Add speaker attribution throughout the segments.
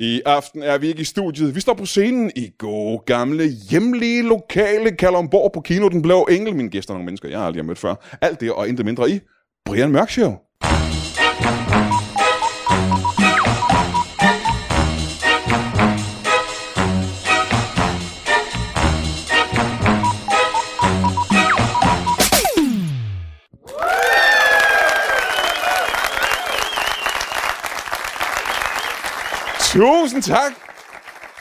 Speaker 1: I aften er vi ikke i studiet. Vi står på scenen i gode, gamle, hjemlige, lokale Kalumborg på Kino Den Blå Engel. Mine gæster er nogle mennesker, jeg aldrig har mødt før. Alt det og intet mindre i Brian Mørk Show. Tusind tak.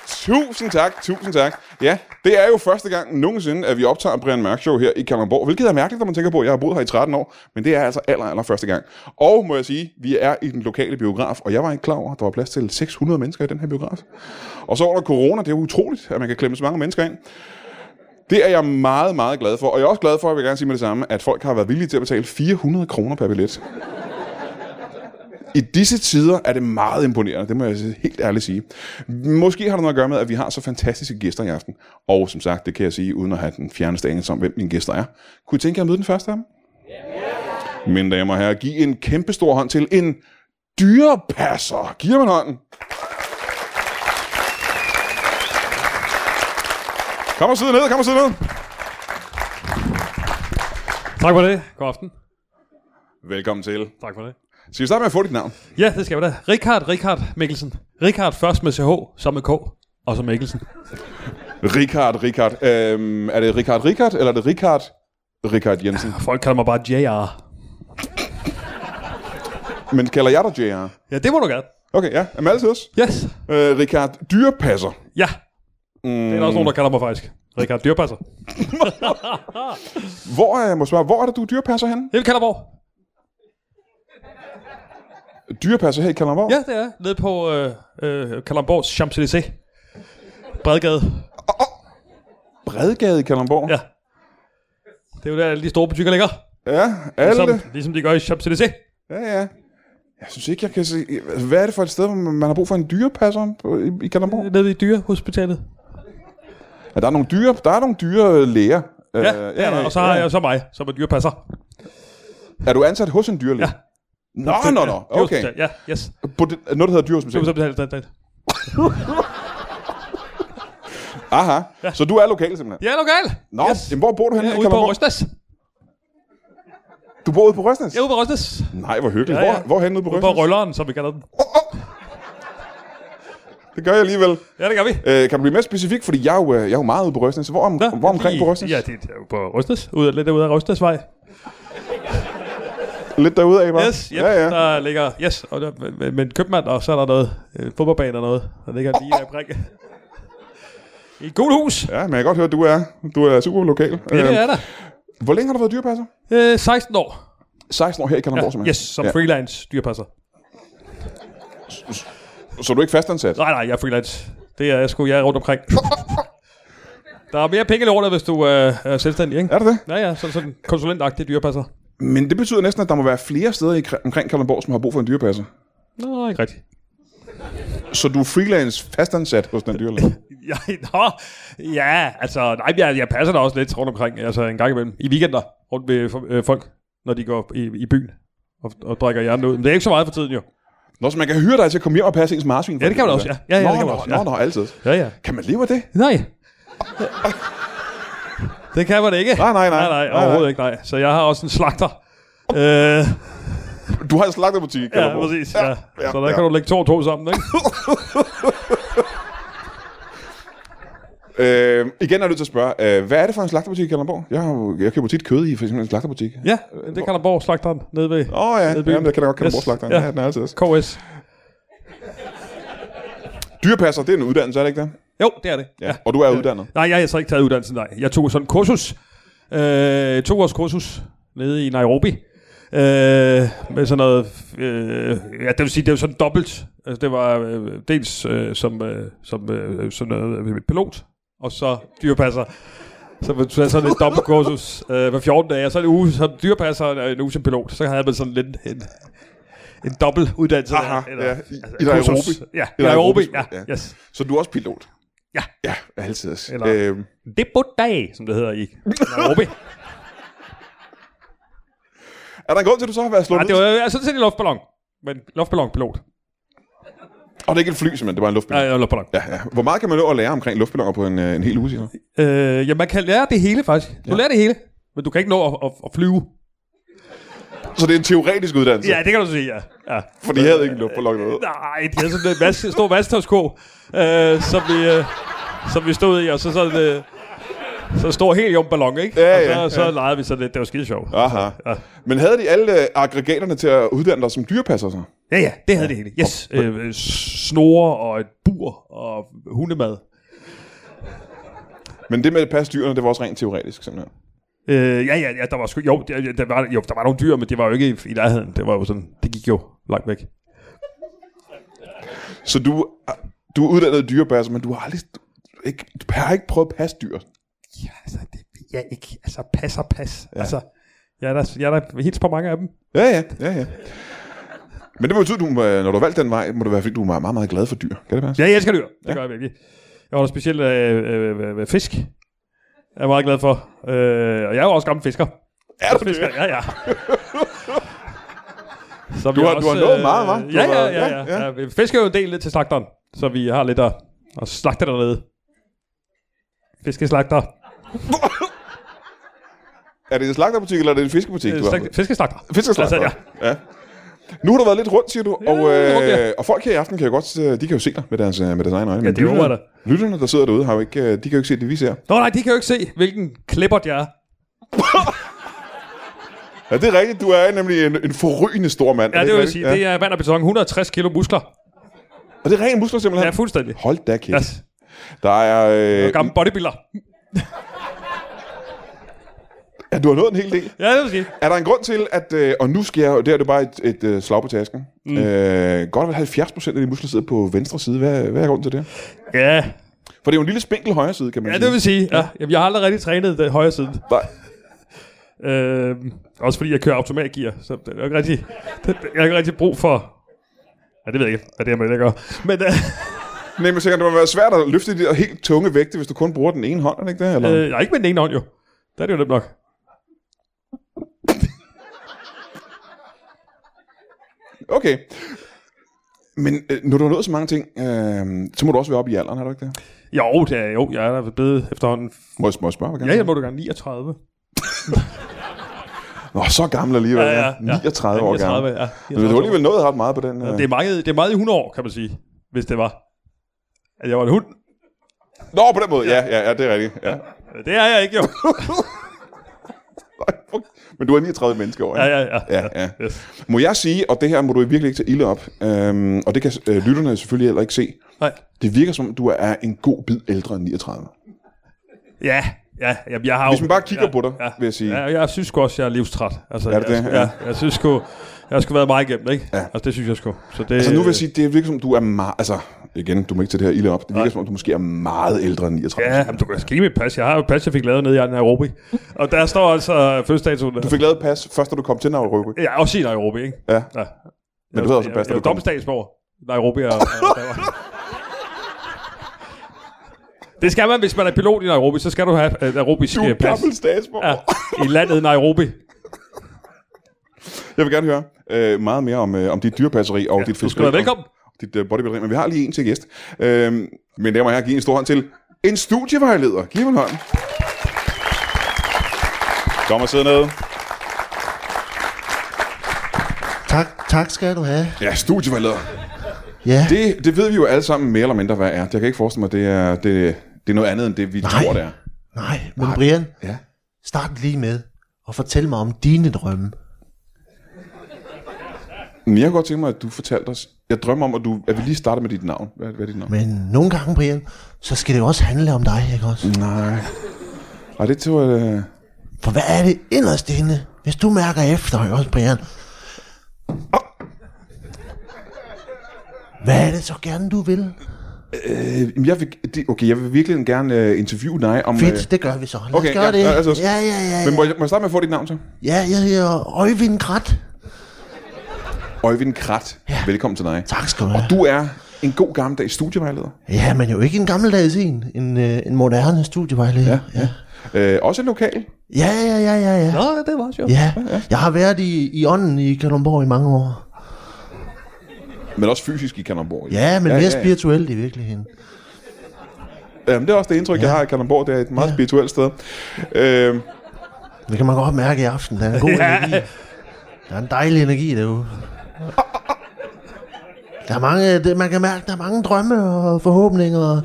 Speaker 1: Tusind tak, tusind tak. Ja, det er jo første gang nogensinde, at vi optager en Brian Mørk Show her i Kalundborg, hvilket er mærkeligt, når man tænker på, at jeg har boet her i 13 år, men det er altså aller, aller første gang. Og må jeg sige, vi er i den lokale biograf, og jeg var ikke klar over, at der var plads til 600 mennesker i den her biograf. Og så under corona, det er jo utroligt, at man kan klemme så mange mennesker ind. Det er jeg meget, meget glad for, og jeg er også glad for, at jeg vil gerne sige med det samme, at folk har været villige til at betale 400 kroner per billet. I disse tider er det meget imponerende, det må jeg helt ærligt sige. Måske har det noget at gøre med, at vi har så fantastiske gæster i aften. Og som sagt, det kan jeg sige, uden at have den fjerneste anelse om, hvem mine gæster er. Kunne I tænke jer at møde den første af dem? Yeah. Mine damer og herrer, giv en kæmpe stor hånd til en dyrepasser. Giv ham en hånd. Kom og sidde ned, kom og sidde ned.
Speaker 2: Tak for det. God aften.
Speaker 1: Velkommen til.
Speaker 2: Tak for det.
Speaker 1: Skal vi starte med at få dit navn?
Speaker 2: Ja, det skal vi da. Richard, Richard Mikkelsen. Richard først med CH, så med K, og så Mikkelsen.
Speaker 1: Richard, Richard. Øhm, er det Richard Richard, eller er det Richard Richard Jensen?
Speaker 2: Folk kalder mig bare JR.
Speaker 1: Men kalder jeg dig JR?
Speaker 2: Ja, det må du gerne.
Speaker 1: Okay, ja. Jamen altid også.
Speaker 2: Yes.
Speaker 1: Øh, Richard Dyrepasser.
Speaker 2: Ja. Mm. Det er der også nogen, der kalder mig faktisk. Richard Dyrpasser.
Speaker 1: Hvor, er, jeg må spørge, hvor er det, du er dyrepasser henne?
Speaker 2: Det er Kalderborg.
Speaker 1: Dyrepasser her i Kalundborg?
Speaker 2: Ja, det er jeg. Nede på øh, øh, Kalderborgs Champs-Élysées. Bredgade.
Speaker 1: Bredgade i Kalundborg?
Speaker 2: Ja. Det er jo der, alle de store butikker ligger.
Speaker 1: Ja, alle.
Speaker 2: Som, ligesom de gør i Champs-Élysées.
Speaker 1: Ja, ja. Jeg synes ikke, jeg kan se... Hvad er det for et sted, hvor man har brug for en dyrepasser på- i, i Kalundborg?
Speaker 2: Nede i dyrehospitalet.
Speaker 1: Ja, der er nogle dyre, der er nogle dyre læger. Øh,
Speaker 2: Ja, øh, ja, ja, og så har jeg så mig, som er dyrepasser.
Speaker 1: Er du ansat hos en dyrlæge?
Speaker 2: Ja.
Speaker 1: Nå, nå, nå. Okay.
Speaker 2: Dyrehospitalet, Ja, yes.
Speaker 1: På det, noget, der hedder
Speaker 2: Det var
Speaker 1: dyrehospitalet.
Speaker 2: så betalt, det, det.
Speaker 1: Aha. Så du er lokal simpelthen?
Speaker 2: Ja, er du gal?
Speaker 1: Nå, yes. jamen, hvor bor du henne?
Speaker 2: Jeg
Speaker 1: i
Speaker 2: er ude på
Speaker 1: Kalundborg?
Speaker 2: Røsnes.
Speaker 1: Du bor ude på Røstens?
Speaker 2: Jeg er ude på Røsnes.
Speaker 1: Nej, hvor hyggeligt.
Speaker 2: Ja, ja.
Speaker 1: Hvor, hvor henne ude på
Speaker 2: Ude på
Speaker 1: Røstens?
Speaker 2: Rølleren, som vi kalder den.
Speaker 1: Det gør jeg alligevel.
Speaker 2: Ja, det gør vi.
Speaker 1: Øh, kan du blive mere specifik? Fordi jeg er jo, øh, jeg er jo meget ude på Røstens. Hvor, om,
Speaker 2: Nå,
Speaker 1: hvor omkring
Speaker 2: i-
Speaker 1: på Røstens?
Speaker 2: Ja, det er jo på Røsnes. Ude, lidt derude af Røsnesvej.
Speaker 1: Lidt derude af,
Speaker 2: Yes, yep,
Speaker 1: ja, ja.
Speaker 2: der ligger... Yes, og der, med, med en købmand, og så er der noget øh, fodboldbane og noget. Der ligger lige af prik. I et godt hus.
Speaker 1: Ja, men jeg kan godt høre, at du er, du er super lokal.
Speaker 2: Ja, det er der.
Speaker 1: Hvor længe har du været dyrepasser?
Speaker 2: Øh, 16 år.
Speaker 1: 16 år her i Kalundborg, simpelthen.
Speaker 2: Yes, som freelance dyrepasser.
Speaker 1: Så du er ikke fastansat?
Speaker 2: Nej, nej, jeg er freelance. Det er jeg sgu, jeg er rundt omkring. der er mere penge i lortet, hvis du øh, er selvstændig, ikke?
Speaker 1: Er det det?
Speaker 2: Ja, ja, sådan, sådan konsulentagtig dyrepasser.
Speaker 1: Men det betyder næsten, at der må være flere steder i, kre- omkring Kalundborg, som har brug for en dyrepasser.
Speaker 2: Nå, ikke rigtigt.
Speaker 1: Så du er freelance fastansat hos den dyrlæge?
Speaker 2: Ja, nå, ja, altså, nej, jeg, jeg passer da også lidt rundt omkring, altså en gang imellem, i weekender, rundt ved fo- øh, folk, når de går i, i byen og, og drikker hjernen ud. Men det er ikke så meget for tiden, jo.
Speaker 1: Nå, så man kan hyre dig til at komme hjem og passe ens marsvin?
Speaker 2: Ja, det kan man også, ja. Ja, ja,
Speaker 1: nå,
Speaker 2: det kan man
Speaker 1: nå,
Speaker 2: også,
Speaker 1: nå,
Speaker 2: ja.
Speaker 1: nå, altid.
Speaker 2: Ja, ja.
Speaker 1: Kan man leve af det?
Speaker 2: Nej. Det kan man ikke.
Speaker 1: Nej, nej, nej.
Speaker 2: Nej, nej, overhovedet ikke, nej. Så jeg har også en slagter. Øh,
Speaker 1: Du har en slagterbutik i
Speaker 2: ja,
Speaker 1: Kalundborg.
Speaker 2: præcis. Ja.
Speaker 1: ja,
Speaker 2: Så der
Speaker 1: ja.
Speaker 2: kan du lægge to og to sammen, ikke?
Speaker 1: Øh, igen er jeg nødt til at spørge, øh, hvad er det for en slagterbutik i Kalundborg? Jeg, har, jo- jeg køber tit kød i for eksempel en slagterbutik. Åh
Speaker 2: Ja, det kalder Borg slagteren nede ved
Speaker 1: ja, oh, ja.
Speaker 2: Nede i byen.
Speaker 1: Jamen, jeg kan da godt Kalundborg
Speaker 2: Yes,
Speaker 1: slagteren.
Speaker 2: ja.
Speaker 1: Ja. ja, den er altid også.
Speaker 2: KS.
Speaker 1: Dyrepasser, det er en uddannelse, er det ikke det?
Speaker 2: Jo, det er det.
Speaker 1: Ja. Og du er uddannet.
Speaker 2: Nej, jeg har så ikke taget uddannelsen, nej. Jeg tog sådan en kursus. Øh, to års kursus nede i Nairobi. Øh, med sådan noget, øh, ja, det vil sige, det var sådan dobbelt. Altså, det var øh, dels øh, som, øh, som øh, sådan noget øh, pilot, og så dyrepasser. Så man tog sådan et dobbeltkursus øh, hver 14 dage, og så en uge som dyrepasser og en uge som pilot. Så havde man sådan lidt en, en dobbelt uddannelse. der,
Speaker 1: Aha, ja. I- i
Speaker 2: kursus.
Speaker 1: Nairobi.
Speaker 2: Ja,
Speaker 1: I
Speaker 2: i
Speaker 1: Nairobi,
Speaker 2: Nairobi.
Speaker 1: ja.
Speaker 2: Ja, yes.
Speaker 1: Så du er også pilot?
Speaker 2: Ja.
Speaker 1: Ja, altid. også.
Speaker 2: Eller-
Speaker 1: Øhm,
Speaker 2: Det er dag, som det hedder i Nairobi.
Speaker 1: er der en grund til, at du så har været slået
Speaker 2: Nej, det
Speaker 1: ned?
Speaker 2: var jeg er sådan set en luftballon. Men luftballonpilot.
Speaker 1: Og det er ikke et fly, simpelthen. Det var en
Speaker 2: Nej,
Speaker 1: luftballon.
Speaker 2: jeg er en luftballon.
Speaker 1: Ja, ja. Hvor meget kan man nå at lære omkring luftballoner på en, øh, en hel uge, siger du?
Speaker 2: Øh, ja, man kan lære det hele faktisk. Du lærer det hele, men du kan ikke nå at, at, at flyve.
Speaker 1: Så det er en teoretisk uddannelse?
Speaker 2: Ja, det kan du sige, ja. ja.
Speaker 1: For de havde ikke en luftballon noget.
Speaker 2: Nej, de havde sådan en masse, stor vasktøjsko, øh, som, vi, øh, som vi stod i, og så sådan... Øh, så stor heliumballon, ikke?
Speaker 1: Ja,
Speaker 2: og så,
Speaker 1: ja,
Speaker 2: så legede vi sådan lidt. Det var skide sjovt.
Speaker 1: Aha. Men havde de alle øh, aggregaterne til at uddanne dig som dyrepasser så?
Speaker 2: Ja, ja, det havde det hele. Yes. Øh, snore og et bur og hundemad.
Speaker 1: Men det med at passe dyrene, det var også rent teoretisk, simpelthen.
Speaker 2: Øh, ja, ja, ja, der var sgu, jo, der, der var, jo, der var nogle dyr, men det var jo ikke i, i nærheden. Det var jo sådan, det gik jo langt væk.
Speaker 1: Så du, du er uddannet dyrepasser, men du har aldrig... Du, ikke, du har ikke prøvet at passe dyr.
Speaker 2: Ja, altså, det ved jeg ikke. Altså, pas og pas. Ja. Altså, jeg er der, jeg er der hils på mange af dem.
Speaker 1: Ja, ja, ja, ja. Men det betyder, du, øh, når du har valgt den vej, må det være, fordi du er meget, meget, meget glad for dyr. Kan det passe?
Speaker 2: Ja, jeg elsker dyr. Det ja. gør jeg virkelig. Jeg holder specielt af øh, øh, øh, fisk. Jeg er meget glad for. Øh, og jeg er jo også gammel fisker.
Speaker 1: er du
Speaker 2: fisker?
Speaker 1: det?
Speaker 2: Ja, ja. Så vi øh,
Speaker 1: Du har- du har nået meget, hva'? Du
Speaker 2: Ja,
Speaker 1: har-
Speaker 2: ja, ja. ja,
Speaker 1: ja,
Speaker 2: ja. ja. Fisker jo en del lidt til slagteren, så vi har lidt at, at slagte dernede. Fiskeslagter.
Speaker 1: Er det en slagterbutik, eller er det en fiskebutik?
Speaker 2: Øh,
Speaker 1: du har?
Speaker 2: slag- Fiskeslagter.
Speaker 1: Fiskeslagter.
Speaker 2: Altså,
Speaker 1: ja. Nu har du været lidt rundt, siger du, og,
Speaker 2: lidt rundt,
Speaker 1: øh,
Speaker 2: ja.
Speaker 1: og folk her i aften kan jo godt, øh, de kan jo se dig med deres, øh, med deres egne øjne. men
Speaker 2: det håber jeg
Speaker 1: lytterne- Lytterne, der sidder derude, har jo ikke, øh, de kan jo ikke se det, vi ser.
Speaker 2: Nå nej, de kan jo ikke se, hvilken klippert jeg er.
Speaker 1: Ja, det er rigtigt, du er nemlig en, en forrygende stor mand.
Speaker 2: Ja,
Speaker 1: er
Speaker 2: det vil jeg
Speaker 1: rigtigt?
Speaker 2: sige. Det er vand og beton. 160 kilo muskler.
Speaker 1: Og det er rene muskler
Speaker 2: Ja,
Speaker 1: simpelthen.
Speaker 2: fuldstændig.
Speaker 1: Hold da kæft.
Speaker 2: Yes.
Speaker 1: Der er... Øh,
Speaker 2: Gammel bodybuilder.
Speaker 1: ja, du har nået en hel del.
Speaker 2: Ja, det vil jeg sige.
Speaker 1: Er der en grund til, at... Øh, og nu sker jeg... Det er det bare et, et øh, slag på tasken. Mm. Øh, godt vel 70 procent af de muskler sidder på venstre side. Hvad, hvad er grunden til det?
Speaker 2: Ja,
Speaker 1: For det er jo en lille spinkel højre side, kan man
Speaker 2: ja
Speaker 1: sige.
Speaker 2: det vil sige. Ja. Jamen, jeg har aldrig rigtig trænet den højre side.
Speaker 1: Nej.
Speaker 2: Øhm, også fordi jeg kører automatgear, så det er jo ikke rigtig, det, jeg har ikke rigtig brug for... Ja, det ved jeg ikke, hvad det er med det, jeg gør. Men øh,
Speaker 1: Nej, men sikkert, det må være svært at løfte de der helt tunge vægte, hvis du kun bruger den ene hånd, er det ikke det? Eller? Øh.
Speaker 2: øh, jeg er ikke med den ene hånd jo. Der er det jo nemt nok.
Speaker 1: Okay. Men øh, når du har nået så mange ting, øh, så må du også være oppe i alderen, har du ikke det?
Speaker 2: Jo, det er, jo, jeg er da blevet efterhånden...
Speaker 1: Må jeg, må jeg spørge? Hvad
Speaker 2: Ja, jeg må du gerne 39.
Speaker 1: Nå, så gammel alligevel. Ja,
Speaker 2: Ja,
Speaker 1: ja,
Speaker 2: ja, ja.
Speaker 1: 39 år gammel.
Speaker 2: 39, ja.
Speaker 1: Men du har alligevel nået ret meget på den. Øh.
Speaker 2: Det er meget, det er meget i 100 år, kan man sige, hvis det var. At jeg var en hund.
Speaker 1: Nå, på den måde. Ja, ja, ja det er rigtigt. Ja.
Speaker 2: Det er jeg ikke, jo.
Speaker 1: Ej, fuck. Men du er 39 mennesker over.
Speaker 2: Ja, ja, ja.
Speaker 1: Ja, ja.
Speaker 2: Yes.
Speaker 1: Må jeg sige, og det her må du virkelig ikke tage ilde op, øhm, og det kan øh, lytterne selvfølgelig heller ikke se,
Speaker 2: Nej.
Speaker 1: det virker som, du er en god bid ældre end 39.
Speaker 2: Ja, ja. Jamen, jeg har jo-
Speaker 1: Hvis man bare kigger
Speaker 2: ja,
Speaker 1: på dig,
Speaker 2: ja,
Speaker 1: vil jeg sige.
Speaker 2: Ja, jeg synes sgu også, jeg er livstræt. Altså,
Speaker 1: Er det
Speaker 2: jeg,
Speaker 1: det? Ja.
Speaker 2: Ja. Jeg, jeg synes sgu, jeg har sgu været meget igennem, ikke?
Speaker 1: Ja.
Speaker 2: Altså, det synes jeg sgu. Så det,
Speaker 1: Altså nu vil jeg sige, det virker som, du er meget... Altså, igen, du må ikke tage det her ilde op. Det virker
Speaker 2: Nej.
Speaker 1: som om, du måske er meget ældre end 39.
Speaker 2: Ja, jamen, du kan skrive mit pas. Jeg har jo et pas, jeg fik lavet nede i Nairobi. Og der står altså fødselsdatoen.
Speaker 1: Du fik lavet et pas, først da du kom til Nairobi.
Speaker 2: Ja, også i Nairobi, ikke?
Speaker 1: Ja,
Speaker 2: Ja.
Speaker 1: men du havde også et pas, da
Speaker 2: Jeg er
Speaker 1: du
Speaker 2: jo
Speaker 1: kom.
Speaker 2: dobbeltstatsborger. Nairobi og... og Danmark. det skal man, hvis man er pilot i Nairobi, så skal du have et aerobisk
Speaker 1: Du
Speaker 2: øh,
Speaker 1: er
Speaker 2: pas.
Speaker 1: gammel statsborger.
Speaker 2: Ja,
Speaker 1: Ja.
Speaker 2: I landet Nairobi.
Speaker 1: Jeg vil gerne høre øh, meget mere om, øh, om dit dyrepasseri og ja, dit
Speaker 2: Du skal
Speaker 1: fiskeri.
Speaker 2: være velkommen.
Speaker 1: og Dit øh, bodybuilderi, men vi har lige en til gæst. Øhm, men der må jeg give en stor hånd til en studievejleder. Giv ham en hånd. Kom og sid ned.
Speaker 3: Tak, tak skal du have.
Speaker 1: Ja, studievejleder.
Speaker 3: Ja, det...
Speaker 1: Det, det ved vi jo alle sammen mere eller mindre, hvad er. Jeg kan ikke forestille mig, det er, det, det er noget andet, end det vi Nej. tror, det er.
Speaker 3: nej, men Brian,
Speaker 1: Ja.
Speaker 3: start lige med og fortæl mig om dine drømme.
Speaker 1: Men jeg kunne godt tænke mig, at du fortalte os. Jeg drømmer om, at, du, at vi lige starter med dit navn. Hvad, hvad er dit navn?
Speaker 3: Men nogle gange, Brian, så skal det jo også handle om
Speaker 1: Mm.
Speaker 3: dig, ikke også?
Speaker 1: Nej. Nej, det tror jeg... øh,
Speaker 3: For hvad er det inderst inde, Hvis du mærker efter, ikke også Brian, hvad er det så gerne, du vil?
Speaker 1: Øh, jamen, jeg vil, det, okay, jeg vil virkelig gerne øh, interviewe dig om...
Speaker 3: Fedt, det gør vi så. Lad os
Speaker 1: Øh. okay,
Speaker 3: gøre
Speaker 1: ja,
Speaker 3: det.
Speaker 1: ja, altså-
Speaker 3: ja, ja, ja.
Speaker 1: men
Speaker 3: ja.
Speaker 1: må jeg, må jeg starte med at få dit navn så?
Speaker 3: Ja, jeg hedder Øjvind Krat.
Speaker 1: Øjvind Krat, ja. velkommen til dig.
Speaker 3: Tak skal du have.
Speaker 1: Du er en god gammeldags studievejleder.
Speaker 3: Ja, men jo ikke en gammeldags en. En, øh, en moderne studievejleder. Ja, ja.
Speaker 1: Øh, også en lokal.
Speaker 3: Ja, ja, ja, ja, ja.
Speaker 2: Nå, det var sjovt.
Speaker 3: Ja, jeg har været i, i ånden i Kalundborg i mange år.
Speaker 1: Men også fysisk i Kalundborg.
Speaker 3: Ja, men ja, mere ja, ja. spirituelt i virkeligheden.
Speaker 1: Jamen, Øhm, det er også det indtryk, ja. jeg har i Kalundborg. Det er et meget ja. spirituelt sted. Øh,
Speaker 3: Det kan man godt mærke i aften. Der er en god ja. energi. Der er en dejlig energi derude. Der er mange, det, man kan mærke, der er mange drømme og forhåbninger og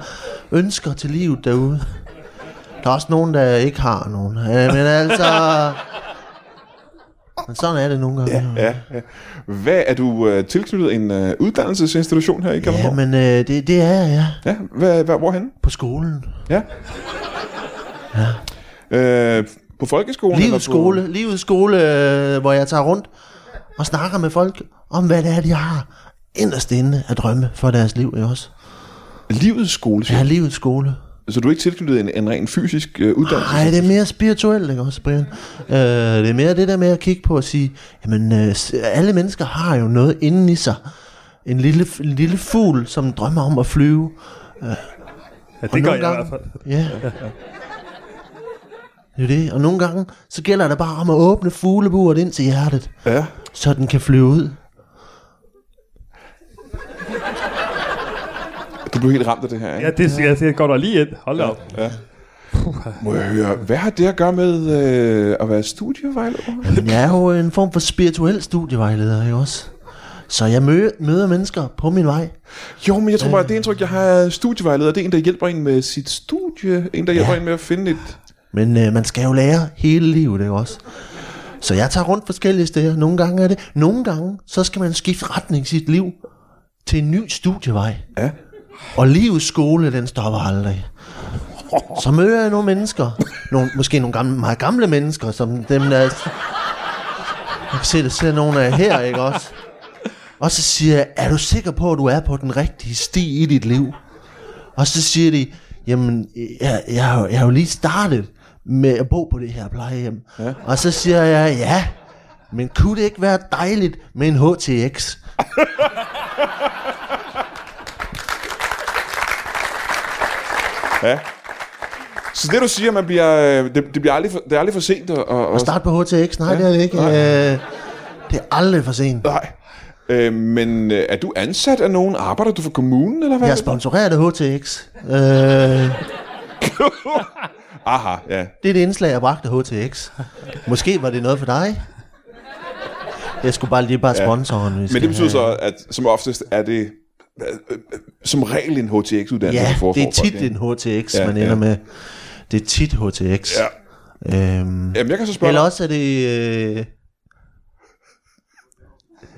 Speaker 3: ønsker til livet derude. Der er også nogen, der ikke har nogen. Øh, Men altså... Men sådan er det nogle gange. Ja.
Speaker 1: ja, ja. Hvad er du øh, tilknyttet en øh, uddannelsesinstitution her i
Speaker 3: Ja,
Speaker 1: Kalundborg?
Speaker 3: men øh, det, det er jeg, ja.
Speaker 1: Ja, hvad, hvad, hvorhen?
Speaker 3: På skolen.
Speaker 1: Ja. ja. Øh, på folkeskolen? eller
Speaker 3: Livets
Speaker 1: på-
Speaker 3: skole, livets skole, øh, hvor jeg tager rundt og snakker med folk om, hvad det er, de har inderst inde af drømme for deres liv, ikke også?
Speaker 1: Livets skole,
Speaker 3: Jeg
Speaker 1: ja.
Speaker 3: har livets skole.
Speaker 1: Så du er ikke tilknyttet en, en ren fysisk øh, uddannelse?
Speaker 3: Nej, det er mere spirituelt, ikke også, Brian? Øh, det er mere det der med at kigge på og sige, jamen, øh, s- alle mennesker har jo noget inden i sig. En lille, f- en lille fugl, som drømmer om at flyve.
Speaker 2: Ja,
Speaker 3: Og
Speaker 2: det gør
Speaker 3: nogle
Speaker 2: jeg i
Speaker 3: gange-
Speaker 2: hvert fald.
Speaker 3: Ja. Det er det. Og nogle gange, så gælder det bare om at åbne fugleburet ind til hjertet,
Speaker 1: Ja.
Speaker 3: så den kan flyve ud.
Speaker 1: Du blev helt ramt af det her, ikke?
Speaker 2: Ja, det, jeg, det går der lige ind. Hold da op.
Speaker 1: Må jeg høre, hvad har det at gøre med øh, at være studievejleder?
Speaker 3: Men jeg er jo en form for spirituel studievejleder, ikke også? Så jeg mø- møder mennesker på min vej.
Speaker 1: Jo, men jeg tror bare, at det indtryk, jeg har af studievejleder, det er en, der hjælper en med sit studie. En, der hjælper ja. en med at finde et...
Speaker 3: Men øh, man skal jo lære hele livet, ikke også? Så jeg tager rundt forskellige steder. Nogle gange er det. Nogle gange, så skal man skifte retning i sit liv til en ny studievej.
Speaker 1: Ja.
Speaker 3: Og livets skole, den stopper aldrig. Så møder jeg nogle mennesker. Nogle, måske nogle gamle, meget gamle mennesker, som dem der... Jeg kan se, der sidder nogle af jer her, ikke også? Og så siger jeg, er du sikker på, at du er på den rigtige sti i dit liv? Og så siger de, jamen, jeg, jeg, har jo- jeg har jo lige startet med at bo på det her plejehjem. Ja. Og så siger jeg, ja, men kunne det ikke være dejligt med en HTX?
Speaker 1: Ja. Så det, du siger, man bliver, øh, det, det, bliver aldrig for, det er aldrig for sent at... at, at
Speaker 3: Start på HTX? Nej, ja. det er det ikke.
Speaker 1: nej.
Speaker 3: Øh, det er aldrig for sent.
Speaker 1: Nej. Øh, men øh, er du ansat af nogen? Arbejder du for kommunen, eller hvad?
Speaker 3: Jeg er sponsoreret af HTX. Øh,
Speaker 1: Aha, ja.
Speaker 3: det er det indslag, jeg bragte af HTX. Måske var det noget for dig. Jeg skulle bare lige bare sponsoren.
Speaker 1: Men det betyder så, at som oftest er det øh, øh, som regel en HTX-uddannelse,
Speaker 3: Ja,
Speaker 1: du foreslår
Speaker 3: det er
Speaker 1: folk,
Speaker 3: tit
Speaker 1: ikke?
Speaker 3: en HTX,
Speaker 1: Ja,
Speaker 3: man
Speaker 1: ja.
Speaker 3: ender med. Det er tit HTX.
Speaker 1: Ja.
Speaker 3: Øhm,
Speaker 1: Jamen, jeg kan så spørge
Speaker 3: eller
Speaker 1: dig.
Speaker 3: også er det... Øh,